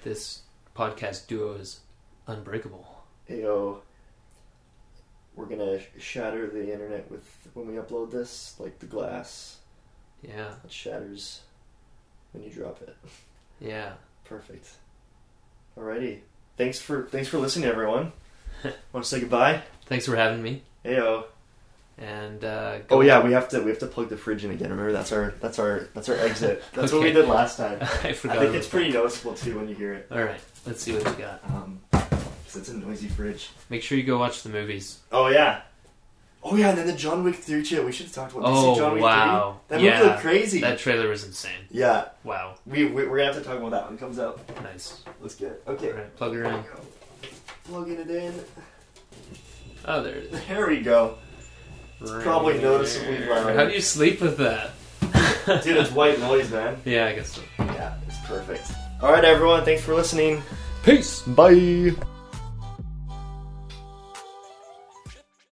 A: This podcast duo is unbreakable.
B: Ayo. We're gonna shatter the internet with when we upload this, like the glass
A: Yeah,
B: that shatters when you drop it.
A: yeah.
B: Perfect. Alrighty. Thanks for thanks for listening, everyone. Want to say goodbye?
A: Thanks for having me.
B: Heyo.
A: and uh, go-
B: Oh yeah, we have to we have to plug the fridge in again. Remember that's our that's our that's our exit. That's what we
A: Okay.
B: did last time.
A: I
B: I
A: forgot.
B: think
A: about
B: it's pretty noticeable too when you hear it.
A: that. All right, let's see what we got.
B: Um, 'cause it's a noisy fridge.
A: Make sure you go watch the movies.
B: Oh yeah. Oh yeah, and then the John Wick three too. We should have talked about. Did you see
A: oh
B: John Wick
A: wow,
B: 3? That
A: yeah,
B: movie looked crazy.
A: that trailer was insane.
B: Yeah,
A: Wow,
B: we, we we're gonna have to talk about that when it comes out.
A: nice.
B: Let's get it.
A: All
B: okay.
A: right, plug her in.
B: Plugging it in.
A: Oh, there it is.
B: There we go.
A: Right
B: probably noticeably
A: there.
B: loud.
A: How do you sleep with that?
B: Dude, it's white noise, man.
A: Yeah, I guess so.
B: Yeah, it's perfect. All right, everyone. Thanks for listening.
A: Peace.
B: Bye.